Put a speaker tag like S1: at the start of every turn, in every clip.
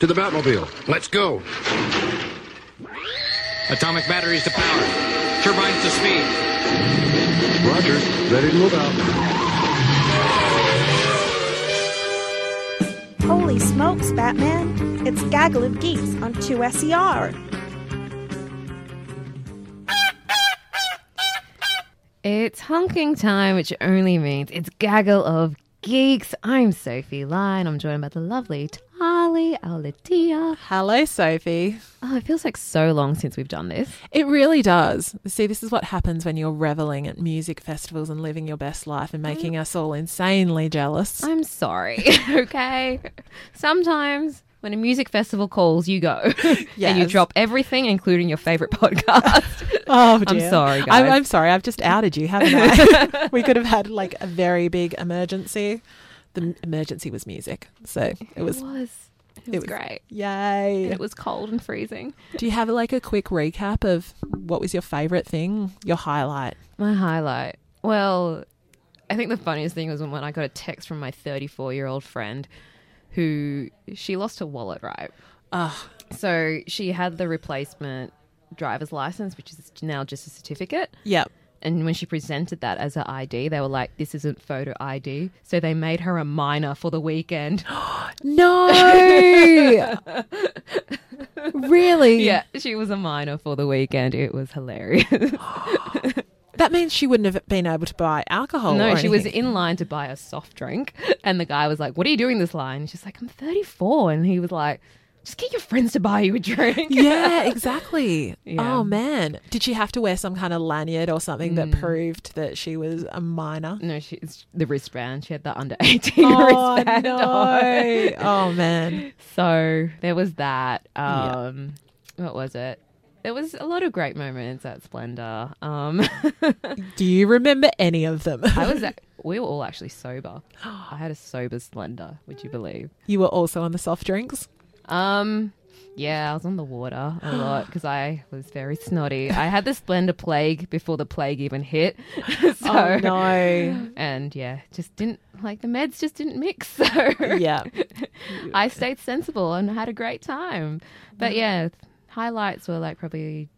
S1: To the Batmobile. Let's go.
S2: Atomic batteries to power. Turbines to speed.
S1: Roger. Ready to move out.
S3: Holy smokes, Batman! It's Gaggle of Geeks on 2SER.
S4: It's honking time, which only means it's gaggle of geeks. I'm Sophie Line. I'm joined by the lovely Tali Alatia.
S5: Hello, Sophie.
S4: Oh, it feels like so long since we've done this.
S5: It really does. See, this is what happens when you're reveling at music festivals and living your best life and making us all insanely jealous.
S4: I'm sorry. okay. Sometimes when a music festival calls, you go and you
S5: Yes.
S4: drop everything, including your favorite podcast.
S5: Oh,
S4: I'm
S5: dear.
S4: sorry,
S5: I'm,
S4: guys.
S5: I'm sorry. I've just outed you, haven't I? we could have had like a very big emergency. The m- emergency was music, so it
S4: it
S5: was
S4: was. It was,
S5: was-
S4: great. And
S5: yay.
S4: it was cold and freezing.
S5: Do you have like a quick recap of what was your favorite thing, your highlight?
S4: My highlight. Well, I think the funniest thing was when I got a text from my 34 year old friend who she lost her wallet, right?
S5: Ah,
S4: So she had the replacement driver's license, which is now just a certificate.
S5: yep.
S4: And when she presented that as her ID, they were like, this isn't photo ID. So they made her a minor for the weekend.
S5: No, really?
S4: yeah, she was a minor for the weekend. It was hilarious.
S5: That means she wouldn't have been able to buy alcohol.
S4: No,
S5: or
S4: she was
S5: anything.
S4: in line to buy a soft drink, and the guy was like, "What are you doing this line?" And she's like, "I'm 34," and he was like, "Just get your friends to buy you a drink."
S5: yeah, exactly.
S4: Yeah.
S5: Oh man, did she have to wear some kind of lanyard or something that
S4: Mm.
S5: proved that she was a minor?
S4: No, she's the wristband. She had the under 18 wristband. on.
S5: oh man,
S4: So there was that. Um, What was it? There was a lot of great moments at Splendor. Um,
S5: do you remember any of them?
S4: I was. At, we were all actually sober. I had a sober Splendor. Would you believe?
S5: you were also on the soft drinks.
S4: Um, yeah, I was on the water a lot because I was very snotty. I had the splendor plague before the plague even hit. so,
S5: Oh no,
S4: and yeah, just didn't like the meds just didn't mix. So
S5: yeah,
S4: I stayed sensible and had a great time.
S5: Mm-hmm.
S4: But yeah, highlights were like probably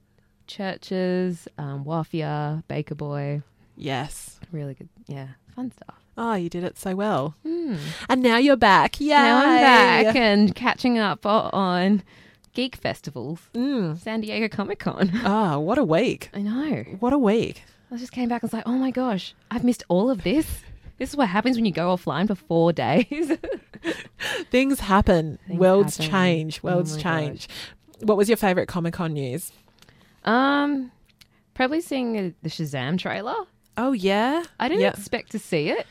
S4: churches, um, Wafia, Baker Boy,
S5: yes.
S4: really good. Yeah, fun stuff. Hmm.
S5: Oh, you did it so well. And now you're back. Yeah,
S4: Now I'm back and catching up o- on geek festivals,
S5: Mm.
S4: San Diego Comic Con.
S5: Oh, what a week!
S4: I know.
S5: What a week!
S4: I just came back and was like, oh my gosh, I've missed all of this. This is what happens when you go offline for four days.
S5: Things happen.
S4: Things
S5: Worlds
S4: happen. Oh
S5: change. Worlds
S4: my
S5: change. What was your favorite Comic Con news?
S4: um, probably seeing the, the Shazam trailer.
S5: Oh yeah,
S4: I didn't
S5: Yeah.
S4: expect to see it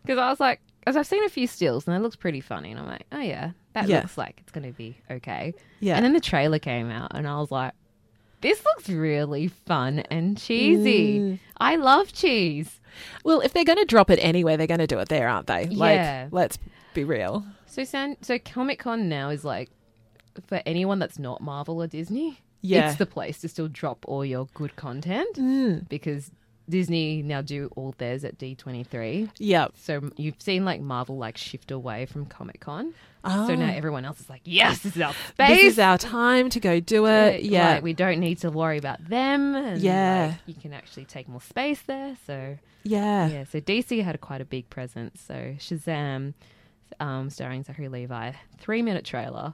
S4: because I was like, as I've seen a few stills and it looks pretty funny, and I'm like, oh yeah, that
S5: Yeah.
S4: looks like it's going to be okay.
S5: Yeah.
S4: And then the trailer came out, and I was like, this looks really fun and cheesy.
S5: Mm.
S4: I love cheese.
S5: Well, if they're going to drop it anyway, they're going to do it there, aren't they?
S4: Yeah.
S5: Like, let's be real.
S4: So, San- so Comic Con now is like for anyone that's not Marvel or Disney.
S5: Yeah. Mm.
S4: it's the place to still drop all your good content because Disney now do all theirs at D23.
S5: yeah.
S4: So you've seen like Marvel like shift away from Comic Con. So
S5: Ah.
S4: now everyone else is like, yes, this is our
S5: This
S4: space.
S5: is our time to go do it. Yeah.
S4: Like, we don't need to worry about them. And,
S5: Yeah.
S4: like, you can actually take more space there. So
S5: yeah.
S4: yeah, so DC had quite a big presence. So Shazam, um, starring Zachary Levi, three minute trailer,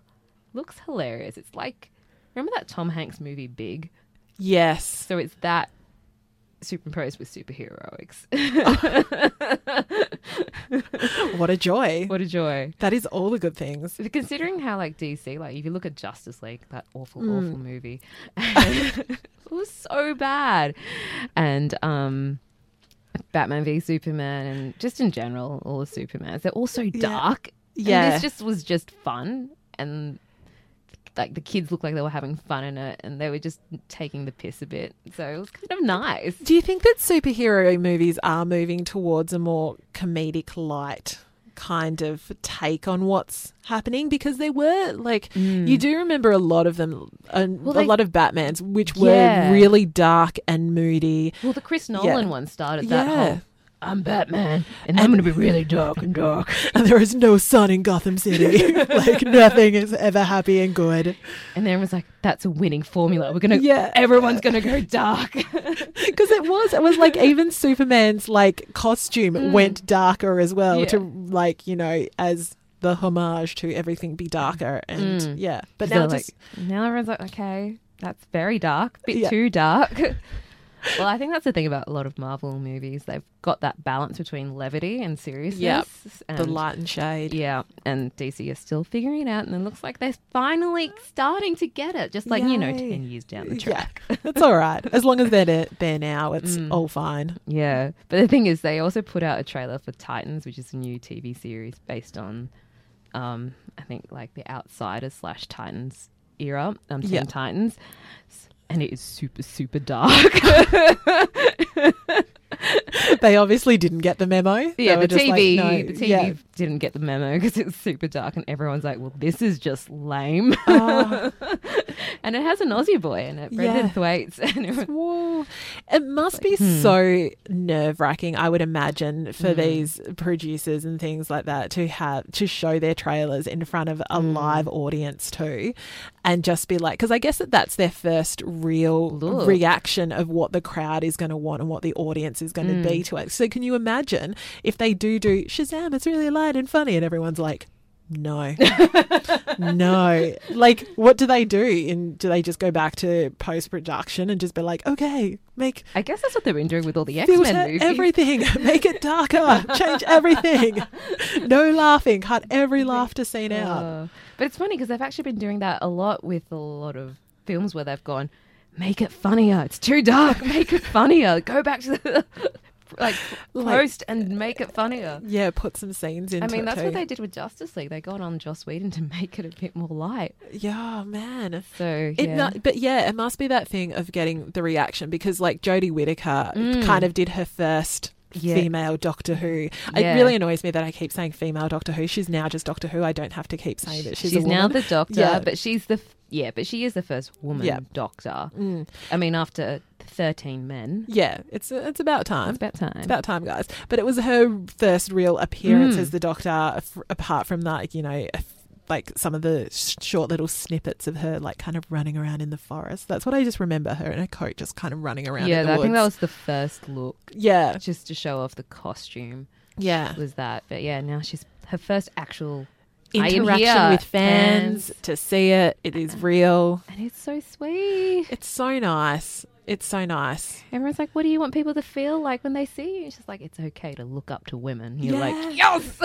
S4: looks hilarious. It's like remember that Tom Hanks movie Big?
S5: Yes.
S4: So it's that superimposed with superheroics.
S5: What a joy.
S4: what a joy!
S5: That is all the good things.
S4: Considering how like DC, like if you look at Justice League, that awful,
S5: Mm.
S4: awful movie, it was so bad, and um. Batman v Superman and just in general, all the Supermans. They're all so dark. And
S5: Yeah.
S4: this just was just fun and like the kids looked like they were having fun in it and they were just taking the piss a bit. So it was kind of nice.
S5: Do you think that superhero movies are moving towards a more comedic light kind of take on what's happening? Because they were like, you do remember a lot of them, a,
S4: Mm. Well,
S5: a
S4: they-
S5: lot of Batmans, which
S4: Yeah.
S5: were really dark and moody.
S4: Well, the Chris Nolan one started that
S5: Yeah.
S4: whole I'm Batman, and, I'm going to be really dark and dark.
S5: and there is no sun in Gotham City. like nothing is ever happy and good.
S4: And then everyone's like, that's a winning formula. We're going to,
S5: Yeah.
S4: everyone's going to go dark.
S5: Because it was, it was like even Superman's like costume went darker as well
S4: Yeah.
S5: to like you know as the homage to everything be darker and
S4: Mm.
S5: yeah. But
S4: So
S5: now
S4: like,
S5: just
S4: now everyone's like, okay, that's very dark, bit
S5: Yeah.
S4: too dark. well, I think that's the thing about a lot of Marvel movies. They've got that balance between levity and seriousness. And,
S5: the light and shade.
S4: Yeah, and DC are still figuring it out, and it looks like they're finally starting to get it. Just like you know,
S5: Yay.
S4: ten years down the
S5: Yeah,
S4: track.
S5: it's all right as long as they're there, there now. It's all fine.
S4: Yeah, but the thing is, they also put out a trailer for Titans, which is a new TV series based on, um, I think like the Outsiders slash Titans era, um, Teen
S5: Yeah.
S4: Titans, S- and it is super super dark.
S5: They obviously didn't get the memo. They
S4: yeah,
S5: were
S4: the
S5: just like,
S4: TV,
S5: no,
S4: the TV
S5: yeah.
S4: didn't get the memo because it's super dark, and everyone's like, "Well, this is just lame,"
S5: Oh.
S4: and it has an Aussie boy in it,
S5: Yeah.
S4: Brendan Thwaites, and everyone-
S5: Whoa. It must be so nerve wracking, I would imagine, for these producers and things like that to have to show their trailers in front of a live audience too, and just be like, because I guess that that's their first real
S4: Look.
S5: reaction of what the crowd is going to want and what the audience is going to
S4: Mm.
S5: be to it. So can you imagine if they do do Shazam? It's really light and funny, and everyone's like. No, no. Like, what do they do? And do they just go back to post production and just be like, okay, make
S4: I guess that's what they've been doing with all the X Men
S5: filter
S4: movies.
S5: everything, make it darker, change everything. No laughing, cut every laughter scene out.
S4: Uh, but it's funny because they've actually been doing that a lot with a lot of films where they've gone, make it funnier. It's too dark. Make it funnier. Go back to the like
S5: Like-
S4: post and make it funnier.
S5: Yeah, put some scenes into
S4: I mean,
S5: it
S4: that's
S5: too.
S4: what they did with Justice League. They got on Joss Whedon to make it a bit more light.
S5: Yeah, man.
S4: So
S5: It
S4: yeah.
S5: mu- but yeah, it must be that thing of getting the reaction because like Jodie Whittaker kind of did her first
S4: Mm. Yeah.
S5: female Doctor Who.
S4: Yeah.
S5: It really annoys me that I keep saying female Doctor Who. She's now just Doctor Who. I don't have to keep saying that she's,
S4: she's
S5: a woman.
S4: now the doctor,
S5: Yeah.
S4: but she's the f- yeah, but she is the first woman
S5: Yeah.
S4: doctor. I mean, after thirteen men,
S5: Mm. yeah, it's it's about time.
S4: it's about Mm. time.
S5: It's about time, guys. But it was her first real appearance as the Doctor, f- apart from that, you know, f- like some of the sh- short little snippets of her, like kind of running around in the forest. That's what I just remember her in a coat, just kind of running around.
S4: yeah,
S5: in
S4: I
S5: the
S4: think that
S5: woods.
S4: was the first look,
S5: Yeah,
S4: just to show off the costume.
S5: yeah.
S4: was that. But yeah, now she's her first actual I am
S5: Interaction
S4: here,
S5: with fans, to see it. It is real.
S4: and it's so sweet.
S5: It's so nice. It's so nice.
S4: Everyone's like, "What do you want people to feel like when they see you?" And she's like, "It's okay to look up to women." And You're like, "Yes."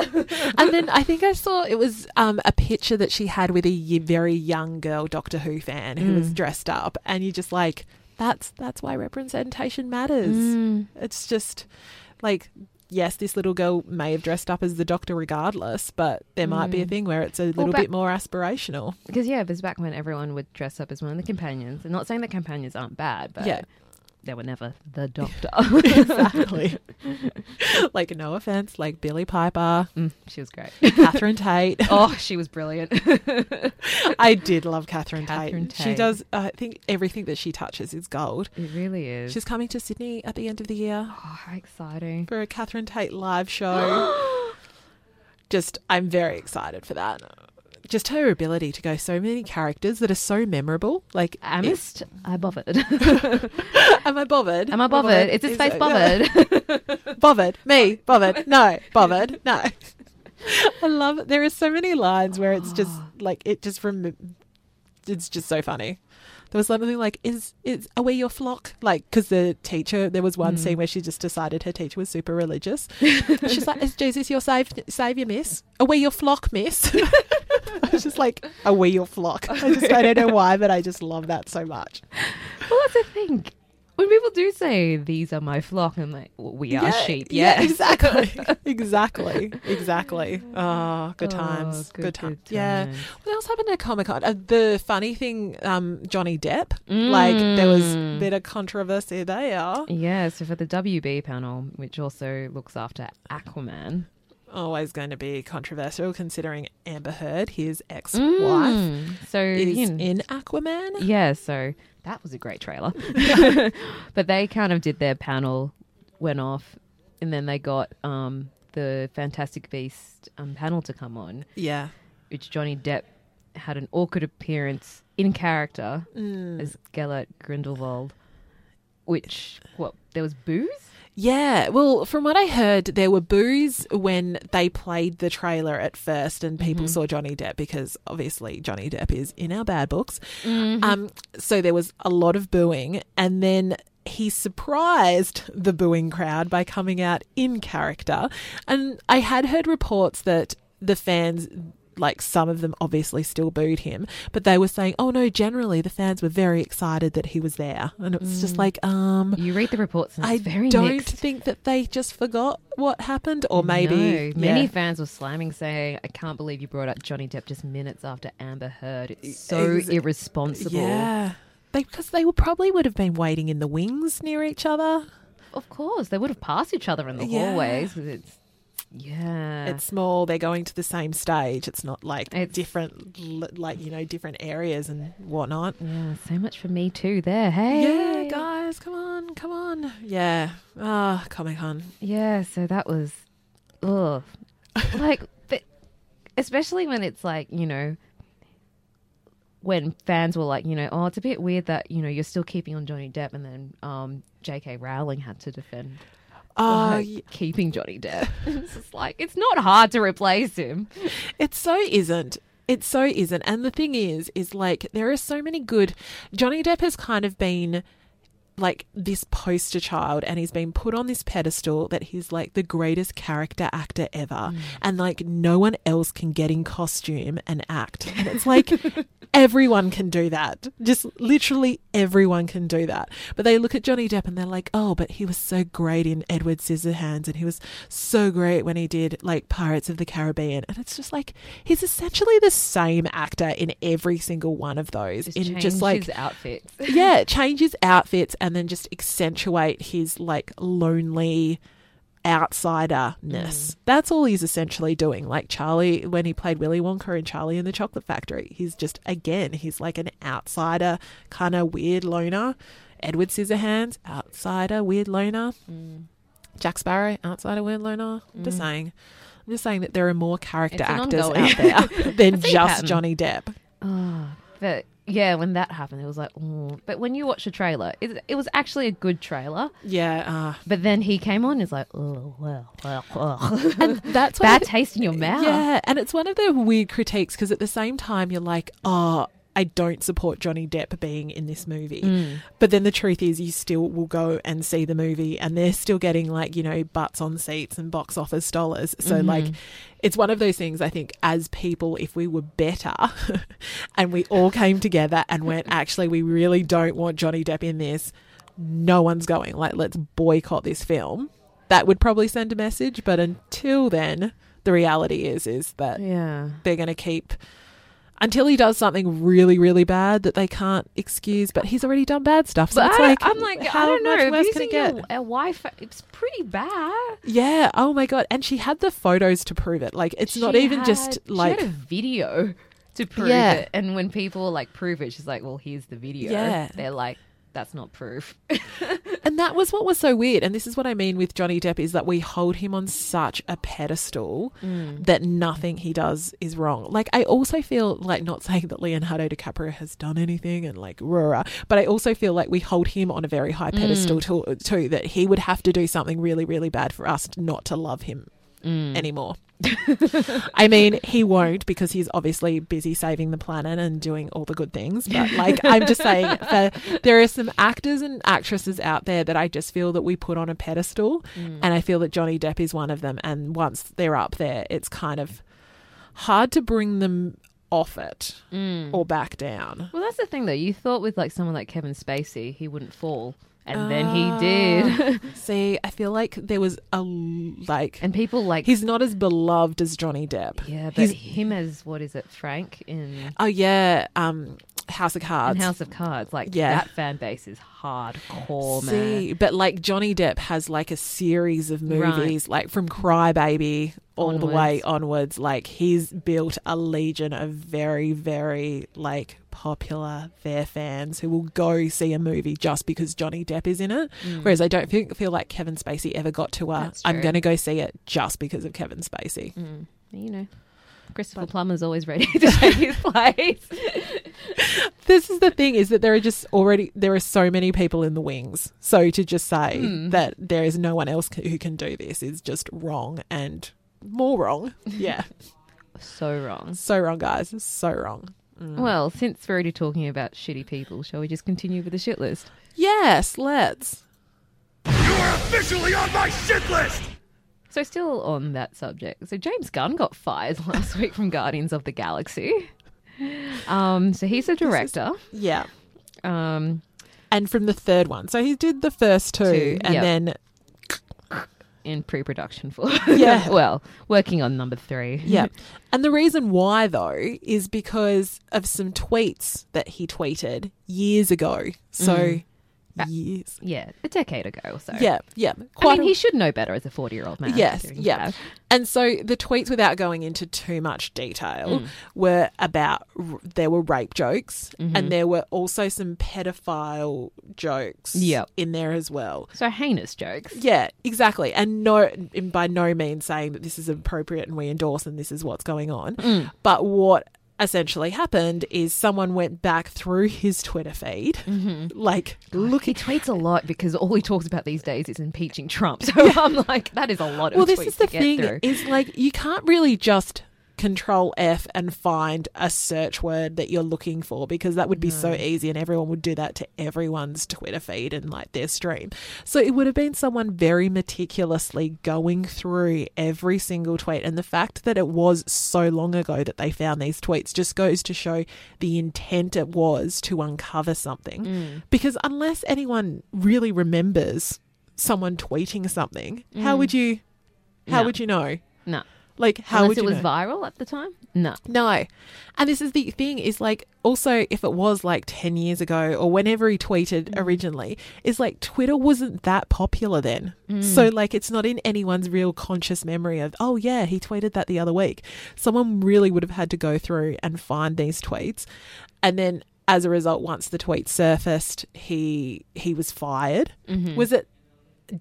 S5: and then I think I saw it was um, a picture that she had with a y- very young girl Doctor Who fan who was dressed up, and you're just like, that's that's why representation matters.
S4: Mm.
S5: It's just like. Yes, this little girl may have dressed up as the doctor regardless, but there might be a thing where it's a little
S4: ba-
S5: bit more aspirational.
S4: Because yeah, it was back when everyone would dress up as one of the companions. And not saying that companions aren't bad, but
S5: Yeah.
S4: they were never the doctor.
S5: Exactly. like, no offense, like Billy Piper,
S4: Mm, she was great.
S5: Catherine Tate.
S4: oh, she was brilliant.
S5: I did love Catherine,
S4: Catherine
S5: Tate. She
S4: Tate.
S5: does, uh, I think everything that she touches is gold.
S4: it really is.
S5: She's coming to Sydney at the end of the year
S4: oh, how exciting.
S5: for a Catherine Tate live show. Just, I'm very excited for that. Just her ability to go so many characters that are so memorable. Like, it's-
S4: Amist, I bothered.
S5: am I bothered?
S4: Am I bothered? Is this
S5: Is-
S4: face
S5: yeah.
S4: bothered?
S5: bothered me bothered no bothered no i love it there are so many lines where it's just like it just rem- it's just so funny there was something like is is away your flock like because the teacher there was one scene where she just decided her teacher was super religious she's like is jesus your sav- savior miss away your flock miss I was just like, away your flock. I just, I don't know why, but I just love that so much.
S4: Well, that's the thing. When people do say these are my flock, I'm like, well, we are sheep. Yeah,
S5: exactly, exactly, exactly. Oh, good
S4: Oh,
S5: times,
S4: good,
S5: good, times.
S4: good
S5: Yeah.
S4: times.
S5: What else happened at Comic Con? Uh, the funny thing, um, Johnny Depp. Like there was
S4: Mm.
S5: a bit of controversy there.
S4: Yeah, so for the WB panel, which also looks after Aquaman,
S5: Always going to be controversial, considering Amber Heard, his ex-wife,
S4: Mm. so
S5: is
S4: you know-
S5: in Aquaman.
S4: yeah, so that was a great trailer. but they kind of did their panel, went off, and then they got um, the Fantastic Beast um, panel to come on,
S5: Yeah.
S4: which Johnny Depp had an awkward appearance in character
S5: Mm.
S4: as Gellert Grindelwald, which what there was booze.
S5: Yeah, well, from what I heard, there were boos when they played the trailer at first, and people saw Johnny Depp because obviously Johnny Depp is in our bad books. Um, so there was a lot of booing, and then he surprised the booing crowd by coming out in character. And I had heard reports that the fans. Like some of them obviously still booed him, but they were saying, "Oh no!" Generally, the fans were very excited that he was there, and it was just like, um,
S4: You read the reports, and it's
S5: I
S4: very
S5: don't
S4: mixed.
S5: think that they just forgot what happened, or maybe
S4: No. many
S5: yeah.
S4: fans were slamming, saying, "I can't believe you brought up Johnny Depp just minutes after Amber Heard. It's so
S5: Ex-
S4: irresponsible."
S5: yeah, they because they were probably would have been waiting in the wings near each other.
S4: Of course, they would have passed each other in the
S5: Yeah.
S4: hallways. 'cause It's yeah,
S5: It's small; they're going to the same stage. It's not like
S4: It's-
S5: different, l- like you know, different areas and whatnot.
S4: yeah. So much for me too. There, hey,
S5: Yeah, guys, come on, come on. Yeah, ah, Comic Con.
S4: Yeah, so that was, ugh. like, but especially when it's like, you know, when fans were like, you know, oh, it's a bit weird that, you know, you're still keeping on Johnny Depp. And then um, J.K. Rowling had to defend
S5: Oh,
S4: like,
S5: y-
S4: keeping Johnny Depp. it's just like, it's not hard to replace him.
S5: It so isn't. It so isn't. And the thing is, is like there are so many good. Johnny Depp has kind of been like this poster child and he's been put on this pedestal that he's like the greatest character actor ever and like no one else can get in costume and act and it's like everyone can do that just literally everyone can do that but they look at Johnny Depp and they're like oh but he was so great in Edward Scissorhands and he was so great when he did like Pirates of the Caribbean and it's just like he's essentially the same actor in every single one of those
S4: Just
S5: in
S4: change
S5: just like
S4: his outfits.
S5: yeah, change his outfits and then just accentuate his like lonely outsiderness.
S4: Mm.
S5: That's all he's essentially doing. Like Charlie when he played Willy Wonka in Charlie and the Chocolate Factory, he's just again, he's like an outsider kind of weird loner. Edward Scissorhands, outsider weird loner.
S4: Mm.
S5: Jack Sparrow, outsider weird loner. I'm just saying. I'm just saying that there are more character
S4: It's an
S5: actors
S4: ongoing-
S5: out there than
S4: It's a
S5: just
S4: pattern.
S5: Johnny Depp.
S4: But yeah, when that happened, it was like, oh. But when you watch the trailer, it, it was actually a good trailer.
S5: Yeah, uh,
S4: But then he came on and it's like, oh, well, well, well.
S5: that's what
S4: bad
S5: it-
S4: taste in your mouth.
S5: Yeah, and it's one of the weird critiques because at the same time you're like, oh, I don't support Johnny Depp being in this movie. But then the truth is, you still will go and see the movie, and they're still getting like you know butts on seats and box office dollars. So like, it's one of those things. I think as people, if we were better, and we all came together and went, actually, we really don't want Johnny Depp in this. No one's going. Like, let's boycott this film that would probably send a message but until then the reality is is that
S4: Yeah.
S5: they're going to keep until he does something really really bad that they can't excuse but he's already done bad stuff so
S4: But
S5: it's
S4: I,
S5: like
S4: I'm like,
S5: how
S4: I don't
S5: much
S4: know.
S5: worse
S4: Abusing
S5: can it get
S4: your a wife, it's pretty bad.
S5: yeah oh my god and she had the photos to prove it like it's not
S4: She
S5: even just
S4: had-
S5: like
S4: she had a video to prove
S5: Yeah.
S4: it. And when people like prove it, she's like, well, here's the video.
S5: Yeah.
S4: They're like, that's not proof.
S5: And that was what was so weird. And this is what I mean with Johnny Depp is that we hold him on such a pedestal that nothing he does is wrong. Like I also feel like not saying that Leonardo DiCaprio has done anything and like rah, rah, but I also feel like we hold him on a very high pedestal too, too. That he would have to do something really, really bad for us not to love him anymore. I mean, he won't because he's obviously busy saving the planet and doing all the good things. But like, I'm just saying, for, there are some actors and actresses out there that I just feel that we put on a pedestal,
S4: Mm.
S5: and I feel that Johnny Depp is one of them. And once they're up there, it's kind of hard to bring them off it
S4: Mm.
S5: or back down.
S4: well, that's the thing though. You thought with like someone like Kevin Spacey, he wouldn't fall. And then he
S5: Ah.
S4: did.
S5: See, I feel like there was a l- like
S4: and people like,
S5: he's not as beloved as Johnny Depp.
S4: yeah, but
S5: he's
S4: him as, what is it, Frank in.
S5: Oh yeah, um, House of Cards.
S4: And House of Cards, like
S5: Yeah.
S4: that fan base is hardcore, man.
S5: See, but like Johnny Depp has like a series of
S4: Right.
S5: movies, like from Cry Baby all the way
S4: Onwards.
S5: onwards. Like he's built a legion of very, very like popular their fans who will go see a movie just because Johnny Depp is in it. Whereas I don't feel, feel like Kevin Spacey ever got to a
S4: Mm. That's
S5: I'm
S4: true.
S5: going to go see it just because of Kevin Spacey.
S4: You know, Christopher Plummer's always ready to take his place.
S5: This is the thing is that there are just already there are so many people in the wings. So to just say
S4: Hmm.
S5: that there is no one else c- who can do this is just wrong and more wrong. Yeah.
S4: so wrong.
S5: so wrong, guys. So wrong.
S4: Mm. Well, since we're already talking about shitty people, shall we just continue with the shit list?
S5: Yes, let's.
S4: So, still on that subject, so James Gunn got fired last week from Guardians of the Galaxy. Um, so he's a director.
S5: Yeah.
S4: Um,
S5: And from the third one. So he did the first two,
S4: Two,
S5: and
S4: yep. Mm-hmm.
S5: then
S4: in pre-production for
S5: Yeah.
S4: well working on number three
S5: yeah. And the reason why though is because of some tweets that he tweeted years ago. So
S4: Mm.
S5: years.
S4: yeah a decade ago or so
S5: Yeah, yeah.
S4: Uh, I mean,
S5: a-
S4: he should know better as a 40 year old man.
S5: Yes,
S4: considering
S5: yeah.
S4: that.
S5: And so the tweets, without going into too much detail,
S4: Mm.
S5: were about r- there were rape jokes
S4: Mm-hmm.
S5: and there were also some pedophile jokes
S4: Yep.
S5: in there as well.
S4: So heinous jokes.
S5: Yeah, exactly. And no, and by no means saying that this is appropriate and we endorse and this is what's going on.
S4: Mm.
S5: But what essentially happened is someone went back through his Twitter feed, like
S4: Look, Mm-hmm. he tweets a lot because all he talks about these days is impeaching Trump. So I'm like, that is a lot of
S5: well this
S4: tweets
S5: is the
S4: to get
S5: thing
S4: through.
S5: is like you can't really just control f and find a search word that you're looking for because that would be so easy and everyone would do that to everyone's twitter feed and like their stream so it would have been someone very meticulously going through every single tweet and the fact that it was so long ago that they found these tweets just goes to show the intent it was to uncover something
S4: Mm.
S5: because unless anyone really remembers someone tweeting something how
S4: Mm.
S5: would you how
S4: No.
S5: would you know?
S4: no.
S5: Like, how
S4: Unless
S5: would you
S4: it was
S5: know?
S4: viral at the time? No.
S5: no. And this is the thing is like, also, if it was like 10 years ago or whenever he tweeted
S4: Mm-hmm.
S5: originally, is like Twitter wasn't that popular then.
S4: Mm.
S5: So, like, it's not in anyone's real conscious memory of, oh, yeah, he tweeted that the other week. Someone really would have had to go through and find these tweets. And then as a result, once the tweet surfaced, he he was fired.
S4: Mm-hmm.
S5: Was it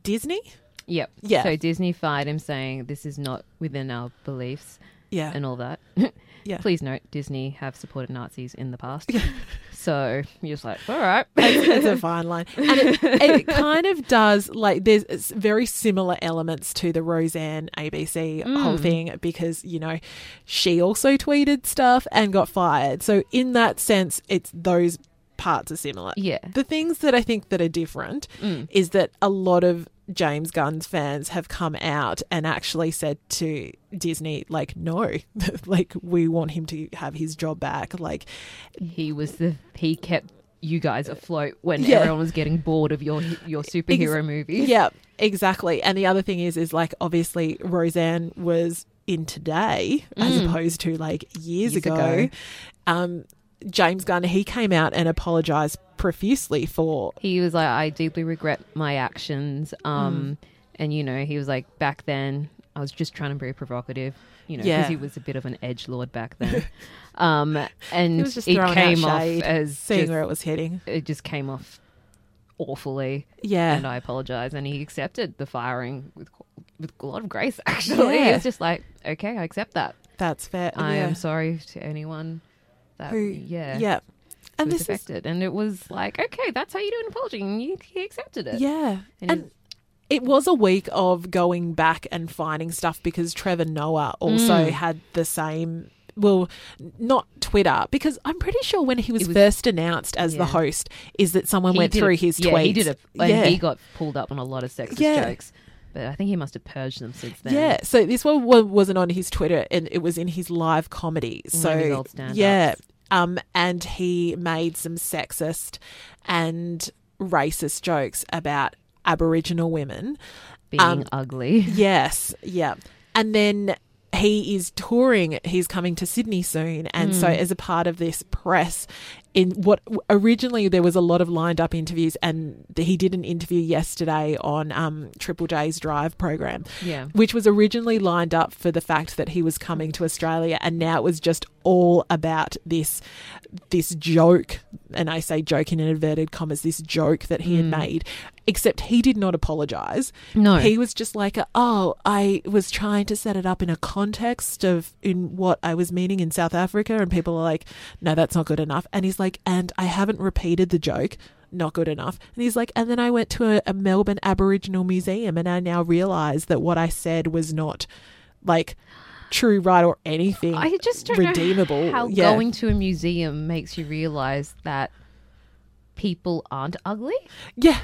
S5: Disney?
S4: Yep.
S5: Yeah.
S4: So Disney fired him saying this is not within our beliefs
S5: Yeah.
S4: and all that.
S5: Yeah.
S4: Please note, Disney have supported Nazis in the past. so you're just like, all right.
S5: it's a fine line. And it, it kind of does, like, there's s- very similar elements to the Roseanne ABC whole thing because, you know, she also tweeted stuff and got fired. So, in that sense, it's those parts are similar.
S4: Yeah.
S5: The things that I think that are different is that a lot of James Gunn's fans have come out and actually said to Disney, like, no, like, we want him to have his job back. Like,
S4: he was the he kept you guys afloat when
S5: Yeah.
S4: everyone was getting bored of your your superhero movies.
S5: Yeah, exactly. And the other thing is, is like obviously Roseanne was in today as opposed to like years,
S4: Mm. Years
S5: ago.
S4: ago.
S5: Um, James Gunn he came out and apologized profusely for
S4: He was like, I deeply regret my actions. Um,
S5: Hmm.
S4: and you know, he was like, back then I was just trying to be provocative. You know, because
S5: Yeah.
S4: he was a bit of an edge lord back then. um, and
S5: he was just
S4: it
S5: throwing
S4: came
S5: out
S4: off
S5: shade,
S4: as
S5: seeing
S4: just,
S5: where it was heading.
S4: it just came off awfully.
S5: Yeah,
S4: and I apologize. And he accepted the firing with with a lot of grace. Actually,
S5: Yeah.
S4: he was just like, okay, I accept that.
S5: that's fair.
S4: I
S5: yeah.
S4: am sorry to anyone that
S5: Who-
S4: yeah
S5: yeah. And
S4: was
S5: this is
S4: affected. and it was like, okay, that's how you do an apology, and you, he accepted it.
S5: Yeah. And,
S4: And he's-
S5: it was a week of going back and finding stuff because Trevor Noah
S4: Mm.
S5: also had the same. Well, n- not Twitter because I'm pretty sure when he was,
S4: was-
S5: first announced as the
S4: Yeah.
S5: host, is that someone
S4: He
S5: went
S4: did
S5: through
S4: a-
S5: his
S4: yeah,
S5: tweets.
S4: He did it, and
S5: yeah.
S4: he got pulled up on a lot of sexist
S5: Yeah.
S4: jokes. But I think he must have purged them since then.
S5: yeah, so this one wa- wasn't on his Twitter, and it was in his live comedy. So
S4: of his old stand-ups.
S5: yeah, um, and he made some sexist and racist jokes about Aboriginal women,
S4: being
S5: Um,
S4: ugly.
S5: Yes, yeah. And then he is touring, he's coming to Sydney soon. And so, as a part of this press, in what originally there was a lot of lined up interviews, and he did an interview yesterday on um, Triple J's Drive program,
S4: Yeah.
S5: which was originally lined up for the fact that he was coming to Australia, and now it was just all about this this joke, and I say joke in inverted commas, this joke that he had made. Except he did not apologize.
S4: No.
S5: he was just like, "Oh, I was trying to set it up in a context of in what I was meaning in South Africa," and people are like, "No, that's not good enough." And he's like, "And I haven't repeated the joke." Not good enough. And he's like, and then I went to a, a Melbourne Aboriginal museum and I now realise that what I said was not like true, right, or anything
S4: I just don't
S5: redeemable.
S4: know how
S5: Yeah.
S4: going to a museum makes you realize that people aren't ugly.
S5: Yeah.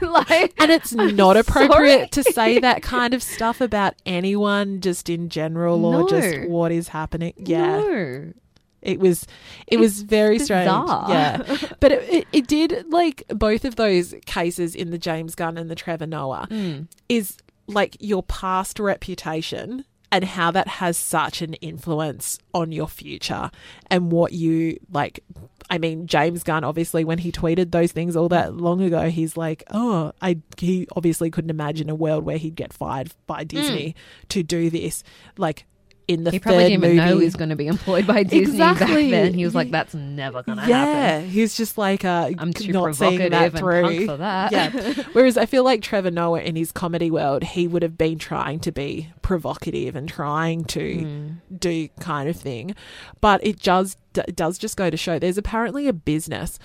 S4: like,
S5: And it's not
S4: sorry.
S5: appropriate to say that kind of stuff about anyone just in general or
S4: No.
S5: just what is happening. Yeah.
S4: no.
S5: It was it was very
S4: bizarre.
S5: strange. Yeah. But it, it, it did like both of those cases in the James Gunn and the Trevor Noah
S4: Mm.
S5: is like your past reputation and how that has such an influence on your future and what you like I mean James Gunn obviously when he tweeted those things all that long ago he's like oh I he obviously couldn't imagine a world where he'd get fired by Disney to do this like in the
S4: Mm. He probably
S5: third
S4: didn't even
S5: movie
S4: know he was going to be employed by Disney
S5: Exactly.
S4: back then. He was like, "That's never going to happen."
S5: yeah, he's just like uh,
S4: I'm too
S5: not seeing
S4: provocative
S5: that
S4: and
S5: through.
S4: punk for that.
S5: Yeah. Whereas I feel like Trevor Noah in his comedy world, he would have been trying to be provocative and trying to
S4: Hmm.
S5: do kind of thing, but it does d- does just go to show. There's apparently a business.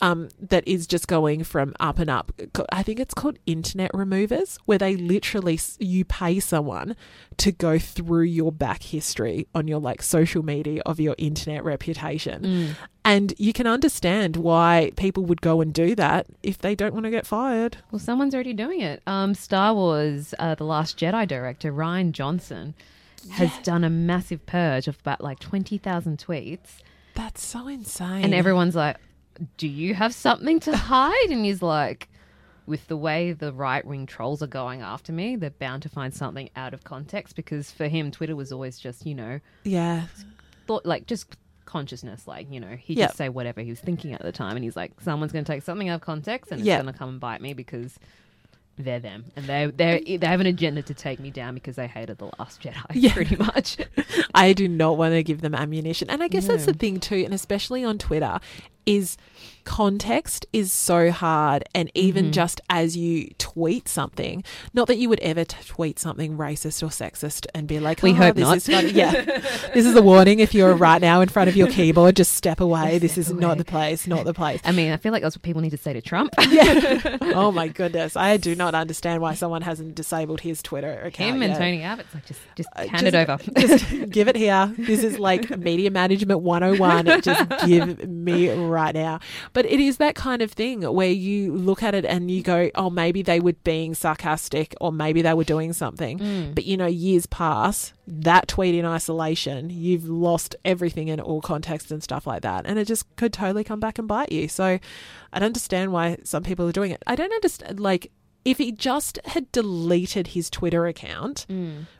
S5: Um, that is just going from up and up. I think it's called internet removers, where they literally s- you pay someone to go through your back history on your like social media of your internet reputation. And you can understand why people would go and do that if they don't want to get fired.
S4: Well, someone's already doing it. Um, Star Wars: uh, The Last Jedi director Ryan Johnson has done a massive purge of about like twenty thousand tweets,
S5: That's so insane.
S4: and everyone's like, "Do you have something to hide?" And he's like, "With the way the right wing trolls are going after me, they're bound to find something out of context." Because for him, Twitter was always just you know
S5: yeah,
S4: thought like just consciousness like you know he
S5: Yep.
S4: just say whatever he was thinking at the time and he's like someone's going to take something out of context and it's
S5: Yeah.
S4: going to come and bite me because they're them and they they they have an agenda to take me down because they hated the last jedi
S5: Yeah.
S4: pretty much
S5: I do not want to give them ammunition. And I guess that's the thing too, and especially on Twitter, is context is so hard. And even
S4: Mm-hmm.
S5: just as you tweet something, not that you would ever t- tweet something racist or sexist and be like,
S4: We
S5: "Oh,
S4: hope
S5: this
S4: not."
S5: Is funny." Yeah, this is a warning. If you're right now in front of your keyboard, just step away. this is not the place. Not the place.
S4: i mean i feel like that's what people need to say to trump
S5: oh my goodness, I do not understand why someone hasn't disabled his Twitter account.
S4: him and
S5: yet.
S4: tony abbott's like just just
S5: Uh,
S4: hand it
S5: just-
S4: over
S5: just give it here. This is like media management 101. Just give me right now. But it is that kind of thing where you look at it and you go, oh, maybe they were being sarcastic or maybe they were doing something. But you know, years pass, that tweet in isolation, you've lost everything in all context and stuff like that. And it just could totally come back and bite you. So I don't understand why some people are doing it. I don't understand, like, if he just had deleted his Twitter account,